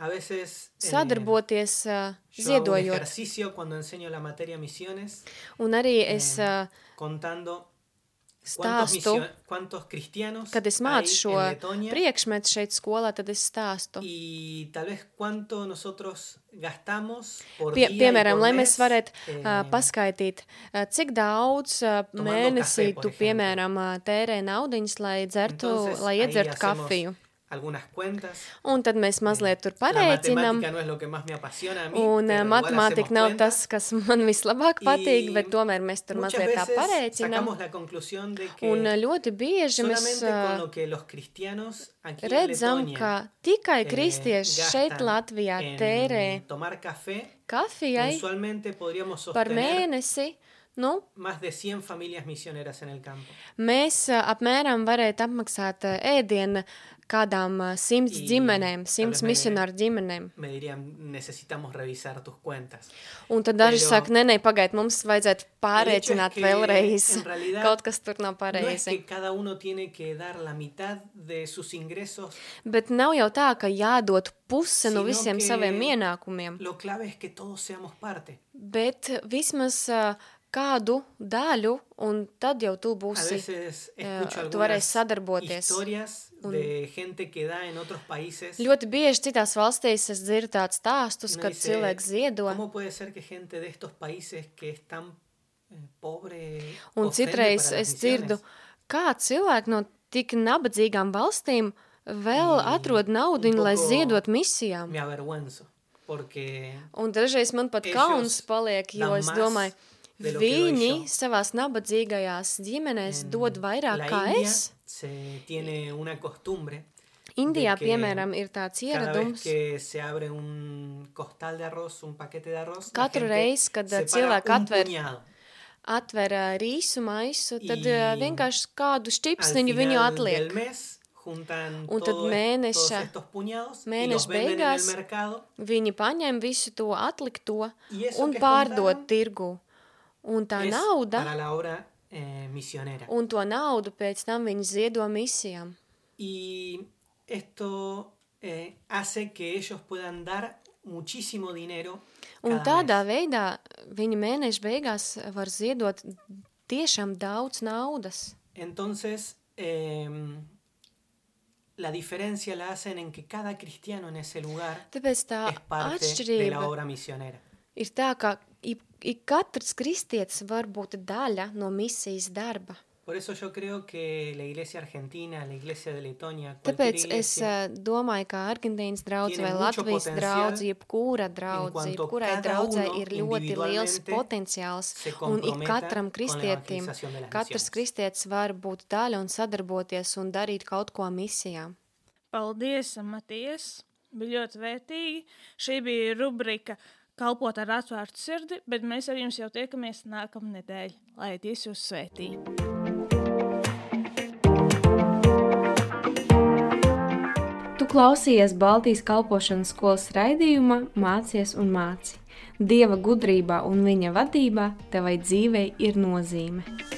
[SPEAKER 3] A veces eh,
[SPEAKER 4] sadarboties, eh,
[SPEAKER 3] yo hago un
[SPEAKER 4] ziedojot.
[SPEAKER 3] ejercicio cuando enseño la materia misiones,
[SPEAKER 4] Un arī es eh,
[SPEAKER 3] contando cuántos,
[SPEAKER 4] stāstu,
[SPEAKER 3] misio- cuántos cristianos
[SPEAKER 4] kad es
[SPEAKER 3] hay
[SPEAKER 4] mācu šo
[SPEAKER 3] en Letonia
[SPEAKER 4] priekšmetu šeit skolā, tad es stāstu.
[SPEAKER 3] y tal vez cuánto nosotros gastamos por
[SPEAKER 4] Pie,
[SPEAKER 3] día y
[SPEAKER 4] piemēram,
[SPEAKER 3] por
[SPEAKER 4] lai mēs
[SPEAKER 3] mes,
[SPEAKER 4] varētu
[SPEAKER 3] eh,
[SPEAKER 4] uh, paskaidrot, uh, cik daudz uh,
[SPEAKER 3] tomando
[SPEAKER 4] mēnesī
[SPEAKER 3] café, por
[SPEAKER 4] tu,
[SPEAKER 3] ejemplo.
[SPEAKER 4] piemēram, uh, tērē naudiņas, lai dzertu,
[SPEAKER 3] entonces,
[SPEAKER 4] lai
[SPEAKER 3] ahí
[SPEAKER 4] iedzertu
[SPEAKER 3] hacemos
[SPEAKER 4] kafiju.
[SPEAKER 3] Algunas cuentas.
[SPEAKER 4] Un tad mēs mazliet tur pareicinām.
[SPEAKER 3] La matemática no es lo que más me apasiona a mí,
[SPEAKER 4] Un
[SPEAKER 3] pero
[SPEAKER 4] uh,
[SPEAKER 3] igual hacemos
[SPEAKER 4] matemātika nav
[SPEAKER 3] cuentas.
[SPEAKER 4] tas, kas man vislabāk
[SPEAKER 3] Y
[SPEAKER 4] patīk, bet tomēr mēs tur
[SPEAKER 3] Muchas
[SPEAKER 4] mazliet tā
[SPEAKER 3] veces
[SPEAKER 4] pareicinām.
[SPEAKER 3] sacamos la conclusión de que
[SPEAKER 4] Un uh, ļoti bieži mēs
[SPEAKER 3] solamente con
[SPEAKER 4] uh,
[SPEAKER 3] lo que los cristianos aquí en
[SPEAKER 4] redzam,
[SPEAKER 3] Letonia,
[SPEAKER 4] ka tikai
[SPEAKER 3] eh,
[SPEAKER 4] kristieši šeit
[SPEAKER 3] gastan
[SPEAKER 4] Latvijā
[SPEAKER 3] en
[SPEAKER 4] tērē
[SPEAKER 3] tomar café,
[SPEAKER 4] kafijai
[SPEAKER 3] mensualmente podríamos
[SPEAKER 4] par
[SPEAKER 3] sostener
[SPEAKER 4] mēnesi. Nu,
[SPEAKER 3] más de 100 familias misioneras en el campo.
[SPEAKER 4] Mēs ā, apmēram varētu apmaksāt ā, ēdienu kādām ā, simts
[SPEAKER 3] I-
[SPEAKER 4] ģimenēm, simts
[SPEAKER 3] tāpēc mēs-
[SPEAKER 4] misionāru ģimenēm.
[SPEAKER 3] Me dirían, necesitamos revisar tus cuentas.
[SPEAKER 4] Un tad daži
[SPEAKER 3] Pero-
[SPEAKER 4] saka, nē, nē, pagaidiet, mums vajadzētu pārreicināt
[SPEAKER 3] que,
[SPEAKER 4] vēlreiz.
[SPEAKER 3] en realidad,
[SPEAKER 4] Kaut kas tur nav
[SPEAKER 3] No es
[SPEAKER 4] pareizi.
[SPEAKER 3] que cada uno tiene que dar la mitad de sus ingresos.
[SPEAKER 4] Bet nav jau tā, ka jādod puse no
[SPEAKER 3] Sino
[SPEAKER 4] visiem
[SPEAKER 3] que-
[SPEAKER 4] saviem ienākumiem,
[SPEAKER 3] Lo clave es que todos seamos parte.
[SPEAKER 4] bet vismaz ā, kādu daļu, un tad jau tu
[SPEAKER 3] A
[SPEAKER 4] būsi.
[SPEAKER 3] veces
[SPEAKER 4] Uh, eh,
[SPEAKER 3] escucho
[SPEAKER 4] tu varēsi
[SPEAKER 3] algunas
[SPEAKER 4] sadarboties.
[SPEAKER 3] historias de gente que da en otros países.
[SPEAKER 4] Ļoti bieži citās valstīs es dzirdu tādus stāstus,
[SPEAKER 3] Uno
[SPEAKER 4] kad
[SPEAKER 3] dice,
[SPEAKER 4] cilvēks ziedo.
[SPEAKER 3] ¿Cómo puede ser que gente de estos países que es tan eh, pobre
[SPEAKER 4] Un
[SPEAKER 3] ofrende
[SPEAKER 4] citreiz
[SPEAKER 3] para las
[SPEAKER 4] es dzirdu,
[SPEAKER 3] misiones?
[SPEAKER 4] kā cilvēki no tik nabadzīgām valstīm vēl
[SPEAKER 3] Mm,
[SPEAKER 4] atrod naudu,
[SPEAKER 3] un
[SPEAKER 4] lai
[SPEAKER 3] poco-
[SPEAKER 4] ziedot misijām.
[SPEAKER 3] Me avergüenzo porque
[SPEAKER 4] Un dažreiz man pat
[SPEAKER 3] Ellos
[SPEAKER 4] kauns paliek, jo
[SPEAKER 3] dan
[SPEAKER 4] es
[SPEAKER 3] más
[SPEAKER 4] domāju,
[SPEAKER 3] de lo que doy yo.
[SPEAKER 4] viņi savās nabadzīgajās ģimenēs
[SPEAKER 3] en
[SPEAKER 4] dod vairāk
[SPEAKER 3] la
[SPEAKER 4] kā
[SPEAKER 3] India
[SPEAKER 4] es.
[SPEAKER 3] se tiene una costumbre
[SPEAKER 4] Indijā,
[SPEAKER 3] que
[SPEAKER 4] piemēram, ir tāds
[SPEAKER 3] cada vez
[SPEAKER 4] ieradums.
[SPEAKER 3] que se abre un costal de arroz, un paquete de arroz, la
[SPEAKER 4] Katru
[SPEAKER 3] gente
[SPEAKER 4] reizi, kad ā,
[SPEAKER 3] separa
[SPEAKER 4] cilvēki
[SPEAKER 3] un
[SPEAKER 4] atver
[SPEAKER 3] puñado.
[SPEAKER 4] Atver ā, rīsu maisu, tad ā,
[SPEAKER 3] I-
[SPEAKER 4] vienkārši kādu
[SPEAKER 3] Al
[SPEAKER 4] štipsniņu viņu
[SPEAKER 3] final del
[SPEAKER 4] atliek.
[SPEAKER 3] mes juntan
[SPEAKER 4] Un tad
[SPEAKER 3] todo e- todos
[SPEAKER 4] mēneša-
[SPEAKER 3] estos puñados y
[SPEAKER 4] mēneša
[SPEAKER 3] los venden en el
[SPEAKER 4] beigās
[SPEAKER 3] mercado.
[SPEAKER 4] Viņi paņem visu to atlikto
[SPEAKER 3] Iesu,
[SPEAKER 4] un
[SPEAKER 3] kas
[SPEAKER 4] pārdod
[SPEAKER 3] kontaram,
[SPEAKER 4] tirgu. Un tā
[SPEAKER 3] es
[SPEAKER 4] nauda
[SPEAKER 3] para la obra eh, misionera.
[SPEAKER 4] un to naudu pēc tam viņi ziedo misijām.
[SPEAKER 3] Y esto eh, hace que ellos puedan dar muchísimo dinero.
[SPEAKER 4] Un
[SPEAKER 3] cada
[SPEAKER 4] tādā
[SPEAKER 3] mes.
[SPEAKER 4] veidā viņi mēneša beigās var ziedot tiešām daudz naudas.
[SPEAKER 3] Entonces, eh, la diferencia la hacen en que cada cristiano en ese lugar
[SPEAKER 4] Tāpēc tā
[SPEAKER 3] es parte de la
[SPEAKER 4] atšķirība
[SPEAKER 3] obra misionera.
[SPEAKER 4] ir tā, ka ik, ik katrs kristietis var būt daļa no misijas darba.
[SPEAKER 3] Por eso yo creo que la iglesia argentina, la iglesia de Letonia, cualquier
[SPEAKER 4] Tāpēc es
[SPEAKER 3] iglesia,
[SPEAKER 4] eh, domāju, ka Argentīnas draugs
[SPEAKER 3] Tiene
[SPEAKER 4] vai
[SPEAKER 3] mucho
[SPEAKER 4] Latvijas
[SPEAKER 3] potencial
[SPEAKER 4] draugs, jebkura drauga,
[SPEAKER 3] cuanto
[SPEAKER 4] jebkurai
[SPEAKER 3] cada
[SPEAKER 4] draudzē
[SPEAKER 3] uno
[SPEAKER 4] ir ļoti liels
[SPEAKER 3] individualmente
[SPEAKER 4] potenciāls.
[SPEAKER 3] se
[SPEAKER 4] Un ik
[SPEAKER 3] comprometa con la
[SPEAKER 4] katram kristietim,
[SPEAKER 3] evangelización de las
[SPEAKER 4] katrs
[SPEAKER 3] naciones.
[SPEAKER 4] kristietis var būt daļa un sadarboties un darīt kaut ko misijām.
[SPEAKER 2] Paldies, Matīs! Bija ļoti vērtīgi. Šī bija rubrika Kalpot ar atvērtu sirdi, bet mēs ar jums jau tiekamies nākamnedēļ. Lai Dievs jūs svētī!
[SPEAKER 1] Tu klausies Baltijas kalpošanas skolas raidījumā, mācies un māci. Dieva gudrībā un viņa vadībā tevai dzīvei ir nozīme.